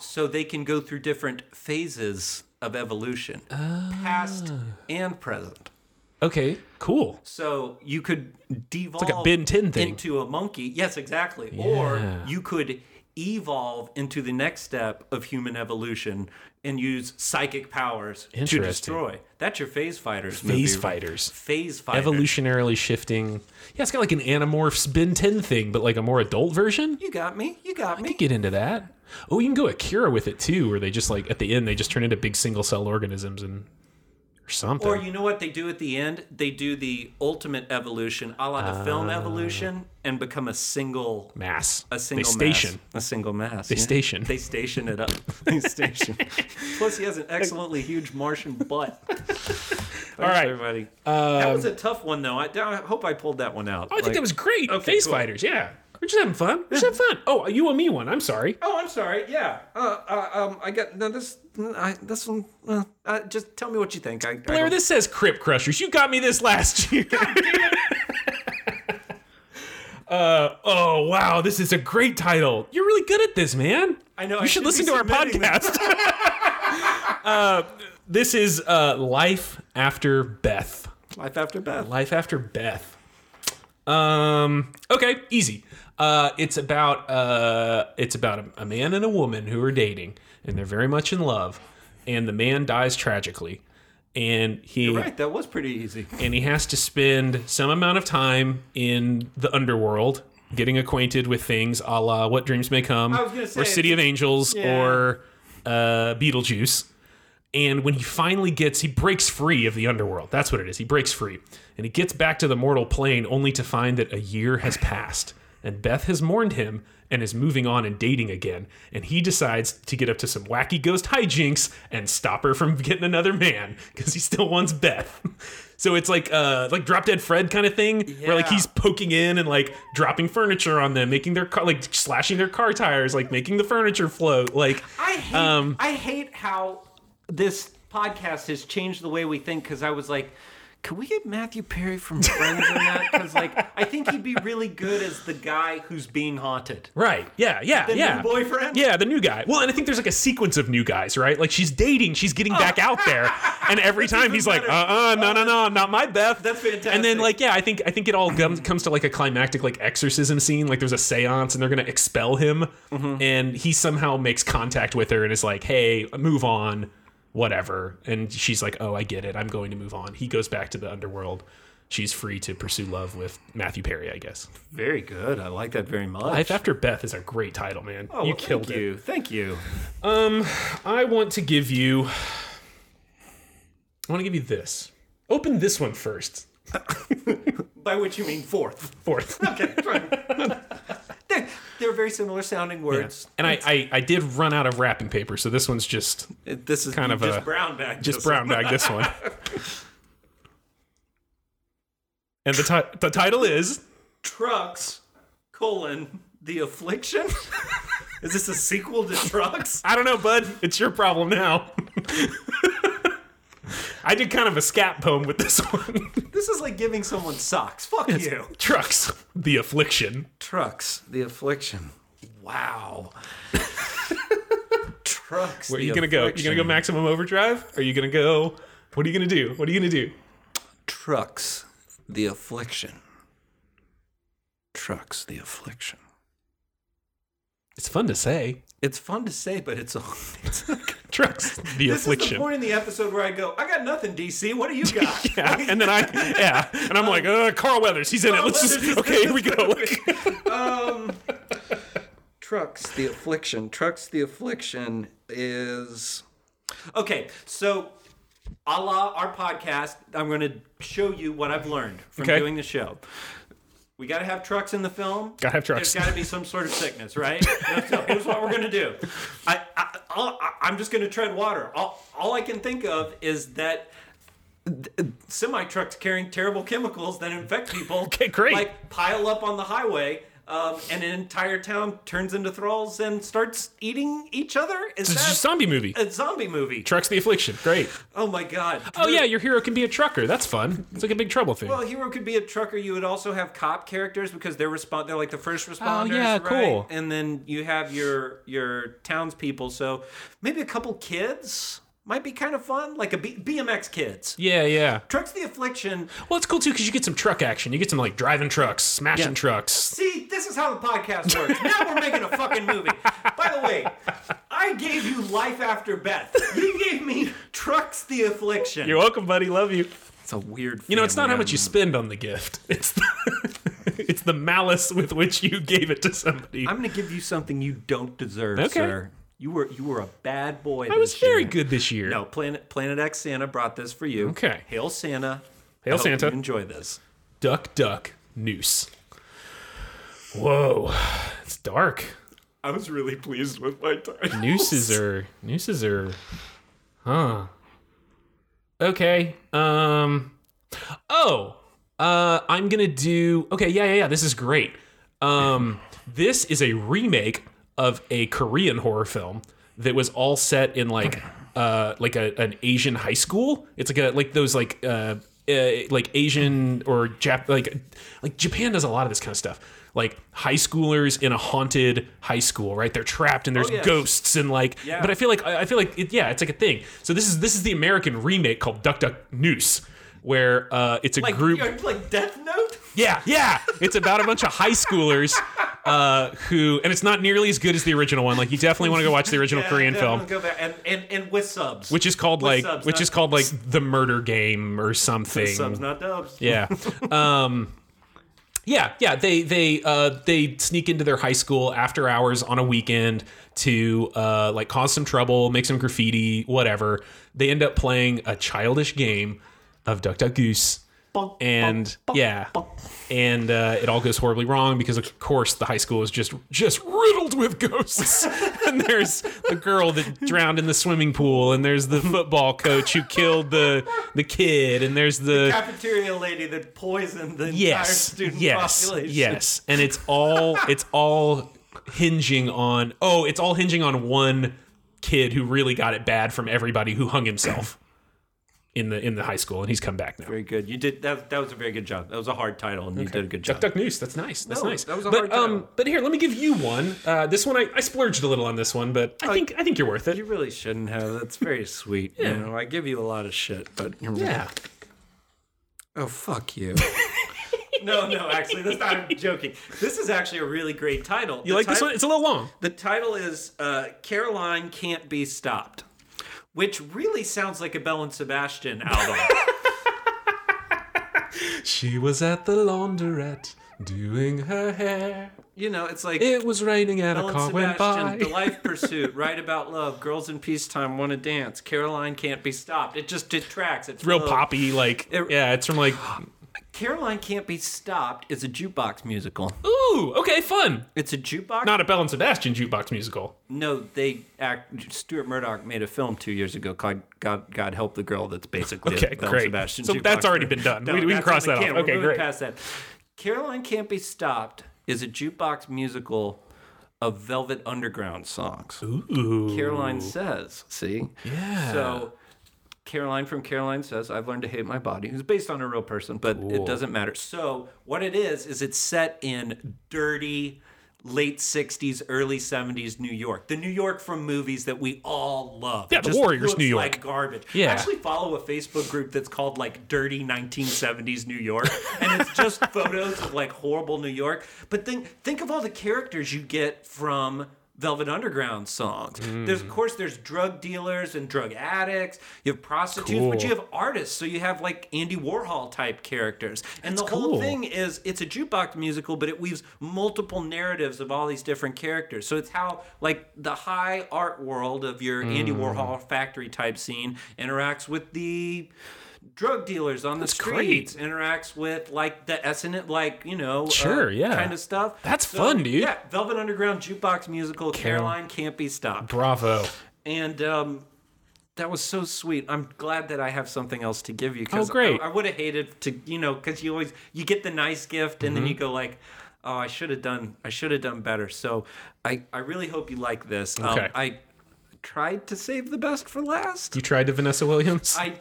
Speaker 3: So they can go through different phases of evolution, past and present.
Speaker 5: Okay, cool.
Speaker 3: So you could devolve
Speaker 5: like a Ben 10 thing.
Speaker 3: into a monkey. Yes, exactly. Or you could evolve into the next step of human evolution and use psychic powers to
Speaker 5: Interesting.
Speaker 3: destroy. That's your phase fighters.
Speaker 5: Phase
Speaker 3: movie.
Speaker 5: fighters.
Speaker 3: Phase fighters.
Speaker 5: Evolutionarily shifting. Yeah, it's got like an Animorphs Ben 10 thing, but like a more adult version.
Speaker 3: You got me. You got me.
Speaker 5: could get into that. Oh, you can go Akira with it too, where they just like at the end they just turn into big single cell organisms and or something.
Speaker 3: Or you know what they do at the end? They do the ultimate evolution, a la the
Speaker 5: Ah.
Speaker 3: film evolution, and become a single
Speaker 5: mass.
Speaker 3: a single
Speaker 5: they station.
Speaker 3: mass. a single mass. They
Speaker 5: station.
Speaker 3: They station it up. <laughs> They station. Plus, he has an excellently huge Martian
Speaker 5: <laughs>
Speaker 3: butt. All
Speaker 5: right.
Speaker 3: everybody. that was a tough one, though. I, I hope I pulled that one out.
Speaker 5: Um, Oh, I think that was great.
Speaker 3: Okay,
Speaker 5: Phase
Speaker 3: cool.
Speaker 5: fighters. Yeah, we're just having fun. We're just having fun. Oh, you owe me one. I'm sorry.
Speaker 3: Oh, I'm sorry. Yeah. Uh, uh, um, I got no. This, I, this one. Uh, uh, just tell me what you think. I, I
Speaker 5: Blair,
Speaker 3: don't-
Speaker 5: this says Crip Crushers. You got me this last <laughs> year. <laughs> uh, oh wow, this is a great title. You're really good at this, man.
Speaker 3: I know,
Speaker 5: You
Speaker 3: I
Speaker 5: should
Speaker 3: should
Speaker 5: listen
Speaker 3: be
Speaker 5: to our
Speaker 3: submitting them. <laughs>
Speaker 5: podcast. uh, this is uh, Life After Beth.
Speaker 3: life after Beth.
Speaker 5: Life After Beth. Um. Okay. Easy. Uh, it's about uh, it's about a, a man and a woman who are dating, and they're very much in love, and the man dies tragically, and he
Speaker 3: Right. That was pretty easy.
Speaker 5: and he has to spend some amount of time in the underworld getting acquainted with things a la What Dreams May Come
Speaker 3: was gonna say,
Speaker 5: or City of Angels
Speaker 3: yeah.
Speaker 5: or uh, Beetlejuice. And when he finally gets, he breaks free of the underworld. That's what it is. He breaks free. And he gets back to the mortal plane only to find that a year has passed. And Beth has mourned him and is moving on and dating again. And he decides to get up to some <laughs> wacky ghost hijinks and stop her from getting another man because he still wants Beth. <laughs> So it's like uh like Drop Dead Fred kind of thing, where like
Speaker 3: Yeah.
Speaker 5: he's poking in and like dropping furniture on them, making their car like slashing their car tires, like making the furniture float. Like
Speaker 3: I hate,
Speaker 5: Um,
Speaker 3: I hate how this podcast has changed the way we think because I was like, could we get Matthew Perry from Friends in that? Because like, I think he'd be really good as the guy who's being haunted.
Speaker 5: Right. Yeah. Yeah.
Speaker 3: The new
Speaker 5: yeah.
Speaker 3: boyfriend?
Speaker 5: Yeah, the new guy. Well, and I think there's like a sequence of new guys, right? Like she's dating, she's getting back out
Speaker 3: <laughs>
Speaker 5: there, and every time he's like,
Speaker 3: Oh. better.
Speaker 5: "Uh, uh no, no, no, not my Beth."
Speaker 3: That's
Speaker 5: And then
Speaker 3: fantastic.
Speaker 5: like, yeah, I think I think it all comes comes to like a climactic like exorcism scene. Like there's a séance, and they're gonna expel him,
Speaker 3: Mm-hmm.
Speaker 5: and he somehow makes contact with her and is like, "Hey, move on." Whatever, and she's like, "Oh, I get it. I'm going to move on." He goes back to the underworld. She's free to pursue love with Matthew Perry, I guess.
Speaker 3: Very good. I like that very much.
Speaker 5: Life After Beth is a great title, man.
Speaker 3: Oh,
Speaker 5: you
Speaker 3: well,
Speaker 5: killed
Speaker 3: thank
Speaker 5: it.
Speaker 3: You. Thank you.
Speaker 5: I want to give you. I want to give you this. Open this one first.
Speaker 3: By which you mean fourth. <laughs>
Speaker 5: Fourth.
Speaker 3: Okay. they're, they're very similar sounding words.
Speaker 5: And I, I, I did run out of wrapping paper, so this one's just
Speaker 3: It- This is
Speaker 5: Kind
Speaker 3: you
Speaker 5: of
Speaker 3: just
Speaker 5: a-
Speaker 3: brown bag.
Speaker 5: just
Speaker 3: Joseph.
Speaker 5: brown bag this
Speaker 3: <laughs>
Speaker 5: one. And the, ti- the title is
Speaker 3: Trucks colon the affliction. <laughs> is this a sequel to Trucks?
Speaker 5: I don't know, bud. It's your problem now. <laughs> I did kind of a scat poem with this one. <laughs>
Speaker 3: This is like giving someone socks. Fuck you.
Speaker 5: Trucks, the affliction.
Speaker 3: Trucks, the affliction.
Speaker 5: <laughs>
Speaker 3: Wow. Trucks.
Speaker 5: Where are you gonna go? You gonna go maximum overdrive? Are you gonna go? What are you gonna do? What are you gonna do?
Speaker 3: Trucks, the affliction. Trucks, the affliction.
Speaker 5: It's fun to say.
Speaker 3: It's fun to say, but it's all. <laughs> It's,
Speaker 5: Trucks, <laughs> the
Speaker 3: this is the
Speaker 5: affliction.
Speaker 3: point in the episode where I go, I got nothing, DC. What do
Speaker 5: <laughs>
Speaker 3: you got?
Speaker 5: yeah, and then I, yeah, and I'm like, uh, Carl Weathers, he's in it.
Speaker 3: Carl
Speaker 5: Let's
Speaker 3: Weathers is
Speaker 5: just, okay, here we
Speaker 3: <laughs>
Speaker 5: go.
Speaker 3: Trucks, the affliction. Trucks, the affliction is. Okay, so a la our podcast, I'm going to show you what I've learned from
Speaker 5: Okay.
Speaker 3: doing the show. We got to have trucks in the film.
Speaker 5: Gotta have trucks.
Speaker 3: There's got to be some sort of sickness,
Speaker 5: <laughs>
Speaker 3: right? That's- Here's what we're going to do. I, I, I'll, I- I'm just going to tread water. All, all I can think of is that semi trucks carrying terrible chemicals that infect people.
Speaker 5: <laughs> Okay, great.
Speaker 3: Like pile up on the highway, um, and an entire town turns into thralls and starts eating each other. Is
Speaker 5: It's
Speaker 3: that
Speaker 5: a zombie movie.
Speaker 3: a zombie movie?
Speaker 5: Trucks, the affliction. Great.
Speaker 3: oh my god!
Speaker 5: Oh yeah, your hero can be a trucker. That's fun. It's like a big trouble thing.
Speaker 3: Well, hero could be a trucker. You would also have cop characters because they're respond. They're like the first responders.
Speaker 5: Oh, yeah,
Speaker 3: right?
Speaker 5: cool.
Speaker 3: And then you have your your townspeople. So maybe a couple kids might be kind of fun, like a B- BMX kids.
Speaker 5: Yeah, yeah.
Speaker 3: Trucks the affliction.
Speaker 5: Well, it's cool too because you get some truck action. You get some like driving trucks, smashing
Speaker 3: Yeah.
Speaker 5: trucks.
Speaker 3: See, this is how the podcast
Speaker 5: <laughs>
Speaker 3: works. Now we're making a fucking movie. By the way, I gave you Life After Beth. You gave me Trucks the Affliction.
Speaker 5: You're welcome, buddy. Love you.
Speaker 3: it's a weird.
Speaker 5: You know, it's not how much you spend on the gift. <laughs> It's the, it's the malice with which you gave it to somebody.
Speaker 3: I'm gonna give you something you don't deserve,
Speaker 5: Okay.
Speaker 3: sir. You were you were a bad boy.
Speaker 5: I was very good this year.
Speaker 3: No, Planet Planet X Santa brought this for you.
Speaker 5: Okay.
Speaker 3: Hail Santa.
Speaker 5: Hail
Speaker 3: I hope
Speaker 5: Santa.
Speaker 3: you enjoy this.
Speaker 5: Duck, duck, noose. Whoa, it's dark.
Speaker 3: I was really pleased with my time.
Speaker 5: Nooses are nooses are, huh? Okay. Um. Oh. Uh. I'm gonna do. Okay. Yeah. Yeah. Yeah. This is great. Um. This is a remake of a Korean horror film that was all set in like uh like a, an Asian high school. It's like a like those like uh, uh like Asian or Jap like like Japan does a lot of this kind of stuff. Like high schoolers in a haunted high school, right? They're trapped and there's
Speaker 3: yes.
Speaker 5: ghosts and like.
Speaker 3: Oh, Yeah.
Speaker 5: But I feel like I I feel like it, yeah, it's like a thing. So this is this is the American remake called Duck Duck Noose, where uh, it's a
Speaker 3: <laughs> Like
Speaker 5: group.
Speaker 3: you're like Death
Speaker 5: <laughs>
Speaker 3: Note.
Speaker 5: Yeah, yeah. It's about a bunch of high schoolers uh, who, and it's not nearly as good as the original one. Like you definitely want to go watch the original
Speaker 3: Yeah, <laughs>
Speaker 5: Korean
Speaker 3: definitely
Speaker 5: film,
Speaker 3: Go back and, and and with subs.
Speaker 5: which is called
Speaker 3: With
Speaker 5: like
Speaker 3: subs,
Speaker 5: which
Speaker 3: not-
Speaker 5: is called like the Murder Game or something.
Speaker 3: subs, not dubs.
Speaker 5: Yeah. Um, yeah, yeah. They they uh, they sneak into their high school after hours on a weekend to uh, like cause some trouble, make some graffiti, whatever. They end up playing a childish game of Duck Duck Goose. and yeah, and uh, it all goes horribly wrong because of course the high school is just just riddled with ghosts. <laughs> and there's the girl that drowned in the swimming pool, and there's the football coach who killed the the kid, and there's the
Speaker 3: Cafeteria lady that poisoned the
Speaker 5: yes,
Speaker 3: entire student
Speaker 5: yes,
Speaker 3: population.
Speaker 5: yes, and it's
Speaker 3: <laughs>
Speaker 5: all it's all hinging on oh, it's all hinging on one kid who really got it bad from everybody who hung himself in the in the high school, and he's come back now.
Speaker 3: Very good. You did that. That was a very good job. That was a hard title, and you did a good
Speaker 5: Duck
Speaker 3: job.
Speaker 5: Duck News. That's nice. That's
Speaker 3: No,
Speaker 5: nice.
Speaker 3: that was a
Speaker 5: but,
Speaker 3: hard
Speaker 5: um,
Speaker 3: title.
Speaker 5: but here, let me give you one. Uh, this one I, I splurged a little on this one, but
Speaker 3: Uh,
Speaker 5: I think I think you're worth
Speaker 3: You
Speaker 5: it.
Speaker 3: really shouldn't have. That's
Speaker 5: <laughs>
Speaker 3: very sweet. You know, I give you a lot of shit, but you're
Speaker 5: Yeah.
Speaker 3: Oh fuck you. no, no, actually, that's not. I'm joking. This is actually a really great title.
Speaker 5: You like this one? It's a little long.
Speaker 3: The title is uh, Caroline Can't Be Stopped, which really sounds like a Bell and Sebastian album.
Speaker 5: <laughs> She was at the laundrette doing her hair.
Speaker 3: you know, it's like
Speaker 5: It was raining and
Speaker 3: Bell
Speaker 5: a
Speaker 3: and
Speaker 5: car went by. <laughs>
Speaker 3: Sebastian, The Life Pursuit, Write About Love, Girls in Peacetime Want to Dance, Caroline Can't Be Stopped. It just detracts. It's
Speaker 5: Real
Speaker 3: low.
Speaker 5: poppy, like
Speaker 3: It-
Speaker 5: yeah, it's
Speaker 3: <gasps>
Speaker 5: from like
Speaker 3: Caroline Can't Be Stopped is a jukebox musical.
Speaker 5: ooh, okay, fun.
Speaker 3: It's a jukebox.
Speaker 5: Not a Bell and Sebastian jukebox musical.
Speaker 3: No, they act. Stuart Murdoch made a film two years ago called God, God Help the Girl. That's basically
Speaker 5: Okay,
Speaker 3: a Bell and
Speaker 5: great.
Speaker 3: Sebastian.
Speaker 5: So
Speaker 3: jukebox
Speaker 5: that's already
Speaker 3: movie.
Speaker 5: been done. We- we can
Speaker 3: that's
Speaker 5: cross
Speaker 3: on the
Speaker 5: that off.
Speaker 3: can. We're
Speaker 5: Okay,
Speaker 3: moving
Speaker 5: great.
Speaker 3: Past that, Caroline can't be stopped is a jukebox musical of Velvet Underground songs.
Speaker 5: Ooh.
Speaker 3: Caroline says, "See, yeah." So. Caroline from Caroline says, I've learned to hate my body. It's based on a real person, but it doesn't matter. So, what it is, is it's set in dirty late 60s, early 70s New York. The New York from movies that we all love.
Speaker 5: Yeah,
Speaker 3: It
Speaker 5: the
Speaker 3: just
Speaker 5: Warriors,
Speaker 3: looks
Speaker 5: New York.
Speaker 3: Like garbage.
Speaker 5: Yeah.
Speaker 3: I actually follow a Facebook group that's called like Dirty 1970s New York, and it's just photos of like horrible New York. But think think of all the characters you get from Velvet Underground songs. There's of course there's drug dealers and drug addicts. You have prostitutes, but you have artists. So you have like Andy Warhol type characters. And the
Speaker 5: cool.
Speaker 3: whole thing is it's a jukebox musical, but it weaves multiple narratives of all these different characters. So it's how like the high art world of your Andy
Speaker 5: Hmm.
Speaker 3: Warhol factory type scene interacts with the drug dealers on the
Speaker 5: great.
Speaker 3: streets interacts with like the essence like you know uh,
Speaker 5: Sure, yeah.
Speaker 3: kind of stuff
Speaker 5: That's fun, dude.
Speaker 3: yeah velvet underground jukebox musical caroline can't be stopped
Speaker 5: Bravo.
Speaker 3: and um that was so sweet. I'm glad that I have something else to give you. 'cause
Speaker 5: Oh, great.
Speaker 3: I, would have hated to, you know, because you always you get the nice gift and then
Speaker 5: Mm-hmm.
Speaker 3: you go like, oh, I should have done, I should have done better. So I, I really hope you like this.
Speaker 5: Okay.
Speaker 3: Um, I tried to save the best for last.
Speaker 5: You tried to Vanessa Williams?
Speaker 3: I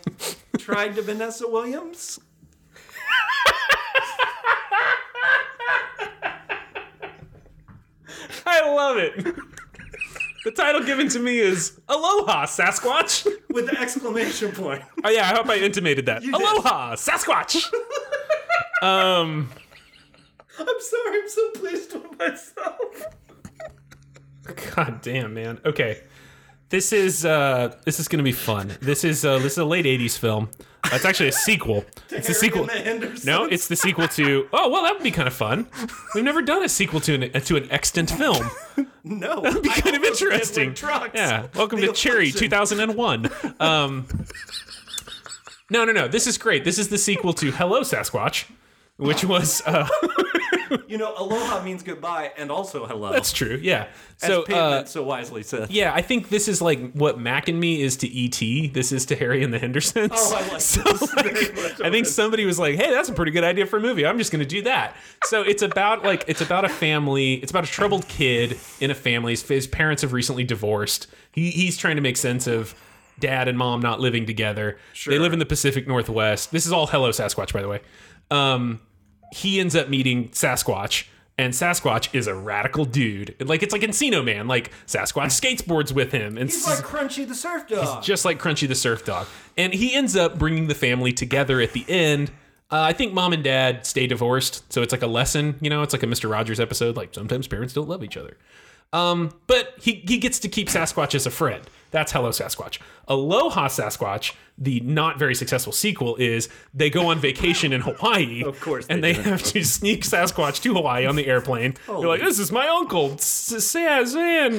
Speaker 3: tried to Vanessa Williams.
Speaker 5: I love it. <laughs> the title given to me is Aloha, Sasquatch.
Speaker 3: with the exclamation point. <laughs>
Speaker 5: Oh yeah, I hope I intimated that. Aloha, Sasquatch. um,
Speaker 3: I'm sorry, I'm so pleased with myself.
Speaker 5: god damn, man. Okay, this is uh, this is gonna be fun. This is uh, this is a late '80s film. It's actually a sequel. It's a sequel. No, it's the sequel to. Oh well, that would be kind of fun. We've never done a sequel to an to an extant film. <laughs>
Speaker 3: no.
Speaker 5: be kind of interesting.
Speaker 3: Trucks. <laughs>
Speaker 5: Yeah. Welcome
Speaker 3: The
Speaker 5: to Cherry
Speaker 3: illusion.
Speaker 5: 2001.
Speaker 3: <laughs>
Speaker 5: Um, no, no, no. This is great. This is the sequel to Hello Sasquatch, which
Speaker 3: Oh.
Speaker 5: was uh,
Speaker 3: You know, aloha means goodbye and also hello.
Speaker 5: that's true. Yeah.
Speaker 3: As
Speaker 5: So uh,
Speaker 3: Pavement so wisely said.
Speaker 5: yeah, I think this is like what Mac and Me is to E.T. This is to Harry and the Hendersons.
Speaker 3: <laughs> Oh, I like
Speaker 5: So,
Speaker 3: this
Speaker 5: <laughs> like,
Speaker 3: very much.
Speaker 5: I think somebody was like, "Hey, that's a pretty good idea for a movie. I'm just going to do that." So it's about like it's about a family. It's about a troubled kid in a family. His, his parents have recently divorced. He, he's trying to make sense of dad and mom not living together. They live in the Pacific Northwest. This is all Hello Sasquatch, by the way. Um, he ends up meeting Sasquatch. And Sasquatch is a radical dude. Like it's like Encino Man. Like
Speaker 3: <laughs>
Speaker 5: Sasquatch skateboards with him, and
Speaker 3: He's like Crunchy the Surf Dog.
Speaker 5: just like Crunchy the Surf Dog. And he ends up bringing the family together at the end. Uh, I think mom and dad stay divorced, so it's like a lesson. You know, it's like a Mister Rogers episode. Like sometimes parents don't love each other. Um, but he he gets to keep Sasquatch as a friend. That's Hello Sasquatch. Aloha Sasquatch, the not very successful sequel, is they go on vacation in
Speaker 3: <laughs>
Speaker 5: Hawaii. Of
Speaker 3: course
Speaker 5: And
Speaker 3: they
Speaker 5: they have to sneak Sasquatch to Hawaii on the airplane. They're like, this is my uncle, S- Saz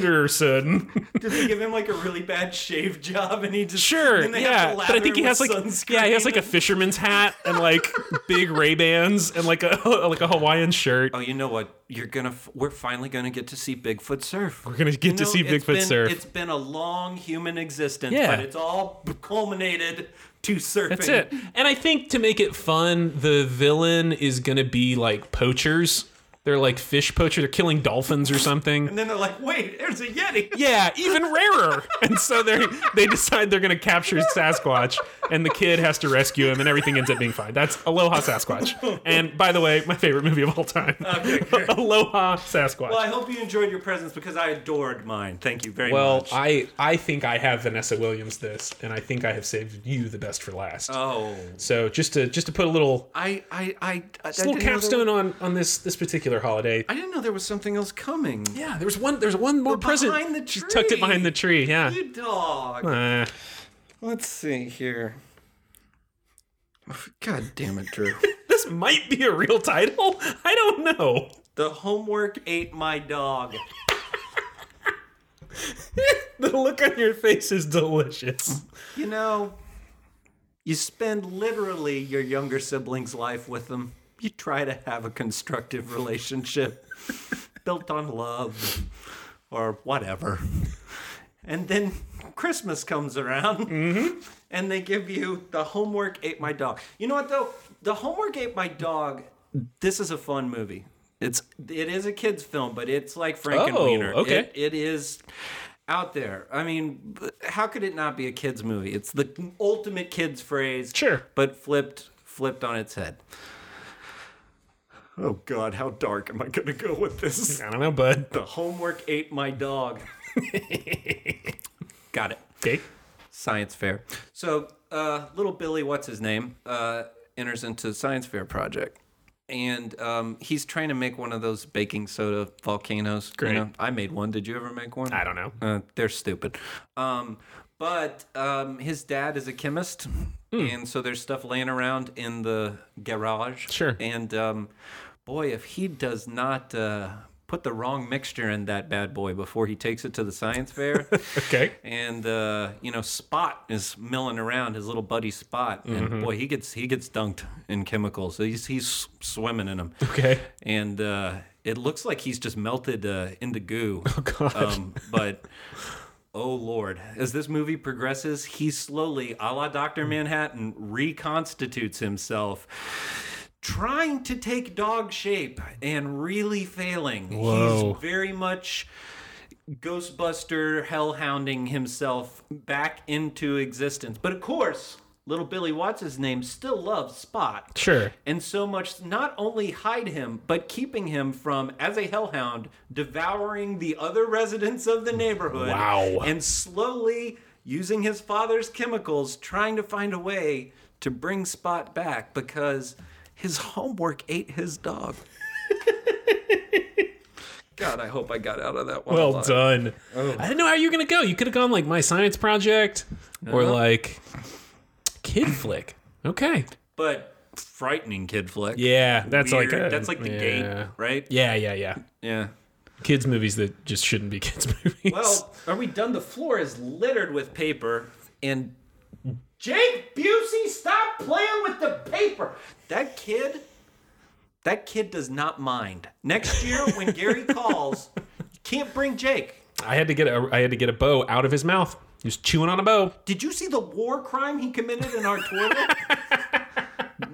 Speaker 5: Anderson.
Speaker 3: Did they give him like a really bad shave job and he just
Speaker 5: Sure,
Speaker 3: and they have
Speaker 5: yeah,
Speaker 3: to
Speaker 5: but
Speaker 3: lather
Speaker 5: I think he
Speaker 3: him
Speaker 5: has like
Speaker 3: with sunscreen.
Speaker 5: yeah, he has like a fisherman's hat
Speaker 3: <laughs>
Speaker 5: and like big Ray Bans and like a <laughs> like a Hawaiian shirt.
Speaker 3: Oh, you know what? You're gonna. F- we're finally gonna get to see Bigfoot surf. We're
Speaker 5: gonna get to see Bigfoot surf.
Speaker 3: It's been a long human existence,
Speaker 5: Yeah.
Speaker 3: but it's all culminated to surfing.
Speaker 5: That's it. And I think to make it fun, the villain is gonna be like poachers. They're like fish poachers. They're killing dolphins or something.
Speaker 3: And then they're like, "Wait, there's a yeti." <laughs>
Speaker 5: Yeah, even rarer. And so they they decide they're gonna capture Sasquatch, and the kid has to rescue him, and everything ends up being fine. That's Aloha Sasquatch. And by the way, my favorite movie of all time. <laughs> Aloha Sasquatch.
Speaker 3: Well, I hope you enjoyed your presents because I adored mine. Thank you very
Speaker 5: Well,
Speaker 3: much.
Speaker 5: I I think I have Vanessa Williams this, and I think I have saved you the best for last.
Speaker 3: oh,
Speaker 5: so just to just to put a little
Speaker 3: I, I, I, I
Speaker 5: just a little
Speaker 3: didn't know there-
Speaker 5: capstone on on this this particular holiday.
Speaker 3: I didn't know there was something else coming.
Speaker 5: Yeah, there was one. There's one more
Speaker 3: But
Speaker 5: present.
Speaker 3: behind the
Speaker 5: She tucked it
Speaker 3: tree.
Speaker 5: behind the tree. Yeah.
Speaker 3: You dog.
Speaker 5: Uh,
Speaker 3: Let's see here. God damn it, Drew.
Speaker 5: this might be a real title. <laughs> I don't know.
Speaker 3: the homework ate my dog.
Speaker 5: the look on your face is delicious.
Speaker 3: You know, you spend literally your younger sibling's life with them. You try to have a constructive relationship <laughs> built on love or whatever. And then Christmas comes around
Speaker 5: Mm-hmm.
Speaker 3: <laughs> and they give you the homework ate my dog. You know what though? The homework ate my dog. This is a fun movie. It's it is a kids film, but it's like Frankenweenie.
Speaker 5: Oh, okay.
Speaker 3: It- it is out there. I mean, b- how could it not be a kids movie? It's the ultimate kids phrase.
Speaker 5: Sure.
Speaker 3: but flipped flipped on its head. Oh God, how dark am I gonna go with this?
Speaker 5: I don't know, bud.
Speaker 3: <laughs> The homework ate my dog. Got it
Speaker 5: Okay.
Speaker 3: science fair. So uh, little Billy, what's his name, uh, enters into the science fair project, and um, he's trying to make one of those baking soda volcanoes. Great. I made one. Did you ever make one?
Speaker 5: I don't know.
Speaker 3: Uh, they're stupid. Um, but um, his dad is a chemist,
Speaker 5: Hmm.
Speaker 3: and so there's stuff laying around in the garage.
Speaker 5: Sure.
Speaker 3: And um, boy, if he does not. Uh, Put the wrong mixture in that bad boy before he takes it to the science fair.
Speaker 5: <laughs> Okay.
Speaker 3: and uh, you know Spot is milling around his little buddy Spot,
Speaker 5: Mm-hmm.
Speaker 3: and boy, he gets he gets dunked in chemicals. He's he's swimming in them,
Speaker 5: Okay.
Speaker 3: and uh, it looks like he's just melted uh, into
Speaker 5: <laughs>
Speaker 3: goo. Oh
Speaker 5: God.
Speaker 3: Um, but oh lord, as this movie progresses, he slowly, a la Doctor
Speaker 5: Mm.
Speaker 3: Manhattan, reconstitutes himself. Trying to take dog shape and really failing.
Speaker 5: Whoa.
Speaker 3: He's very much Ghostbuster hellhounding himself back into existence. But of course, little Billy Watts' his name still loves Spot.
Speaker 5: Sure.
Speaker 3: And so much not only hide him, but keeping him from, as a hellhound, devouring the other residents of the neighborhood.
Speaker 5: Wow.
Speaker 3: And slowly using his father's chemicals, trying to find a way to bring Spot back because his homework ate his
Speaker 5: <laughs>
Speaker 3: dog. God, I hope I got out of that one.
Speaker 5: Well
Speaker 3: alive.
Speaker 5: done.
Speaker 3: Oh.
Speaker 5: I didn't know how you were gonna go. You could have gone like my science project or
Speaker 3: Uh-huh.
Speaker 5: like kid flick. Okay.
Speaker 3: but frightening kid flick.
Speaker 5: Yeah, that's
Speaker 3: Weird.
Speaker 5: like a,
Speaker 3: that's like the
Speaker 5: yeah.
Speaker 3: gate, right?
Speaker 5: Yeah, yeah, yeah.
Speaker 3: Yeah.
Speaker 5: Kids movies that just shouldn't be <laughs> kids movies.
Speaker 3: Well, are we done? The floor is littered with paper and Jake Busey, stop playing with the paper. That kid that kid does not mind. Next year when <laughs> Gary calls, you can't bring Jake.
Speaker 5: I had to get a I had to get a bow out of his mouth. He was chewing on a bow.
Speaker 3: Did you see the war crime he committed in our <laughs> toilet?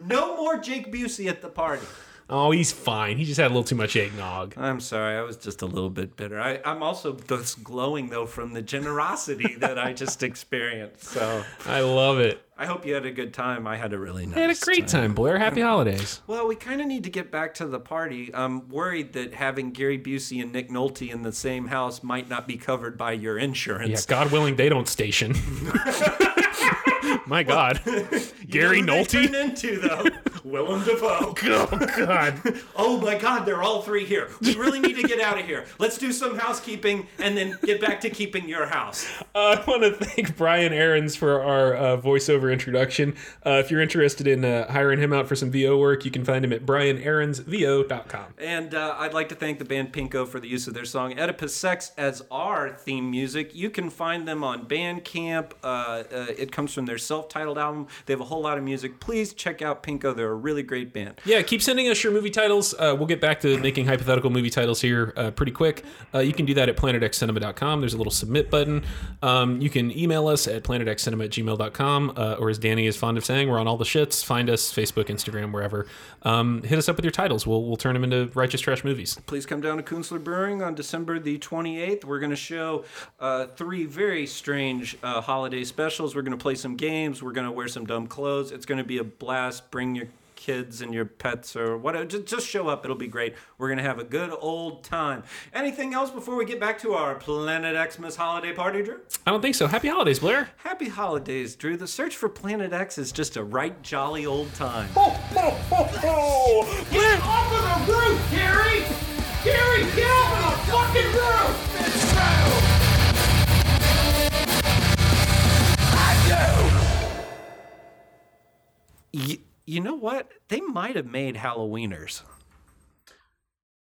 Speaker 3: no more Jake Busey at the party.
Speaker 5: Oh, he's fine. He just had a little too much eggnog.
Speaker 3: I'm sorry, I was just a little bit bitter. I, I'm also just glowing though from the
Speaker 5: <laughs>
Speaker 3: generosity that I just experienced. So
Speaker 5: I love it. uh,
Speaker 3: I hope you had a good time. I had a really nice.
Speaker 5: I had a great time, Blair. Happy holidays.
Speaker 3: Well, we kind of need to get back to the party. I'm worried that having Gary Busey and Nick Nolte in the same house might not be covered by your
Speaker 5: Yeah,
Speaker 3: insurance.
Speaker 5: God willing, they
Speaker 3: <laughs>
Speaker 5: don't station. My God,
Speaker 3: You know
Speaker 5: Gary
Speaker 3: who they
Speaker 5: Nolte. <laughs>
Speaker 3: turn into though Willem Dafoe.
Speaker 5: Oh God.
Speaker 3: Oh my God, they're all three here. We really need to get out of here. Let's do some housekeeping and then get back to keeping your house.
Speaker 5: Uh, <laughs> I want to thank Brian Ahrens for our uh, voiceover introduction. Uh, if you're interested in uh, hiring him out for some VO work, you can find him at brianahrensvo.com.
Speaker 3: And uh, I'd like to thank the band Pinko for the use of their song Oedipus Sex as our theme music. You can find them on Bandcamp. Uh, uh, it comes from their self titled album. They have a whole lot of music. Please check out Pinko. They're a really great band.
Speaker 5: Yeah, keep sending us your movie titles. Uh, we'll get back to making hypothetical movie titles here uh, pretty quick. Uh, you can do that at planetxcinema.com. There's a little submit button. Um, you can email us at planetxcinema at gmail.com, uh, or as Danny is fond of saying, we're on all the shits. Find us Facebook, Instagram, wherever. Um, hit us up with your titles. We'll, we'll turn them into righteous trash movies.
Speaker 3: Please come down to Kunstler Brewing on December the 28th. We're going to show uh, three very strange uh, holiday specials. We're going to play some games. We're going to wear some dumb clothes. It's going to be a blast. Bring your kids and your pets or whatever. Just, just show up. It'll be great. We're going to have a good old time. Anything else before we get back to our Planet Xmas holiday party, Drew?
Speaker 5: I don't think so. Happy holidays, Blair.
Speaker 3: Happy holidays, Drew. The search for Planet X is just a right jolly old time.
Speaker 6: Get off of the roof, Gary! Gary, get off of the fucking roof! It's true! I do!
Speaker 3: Y- you know what? They might have made Halloweeners.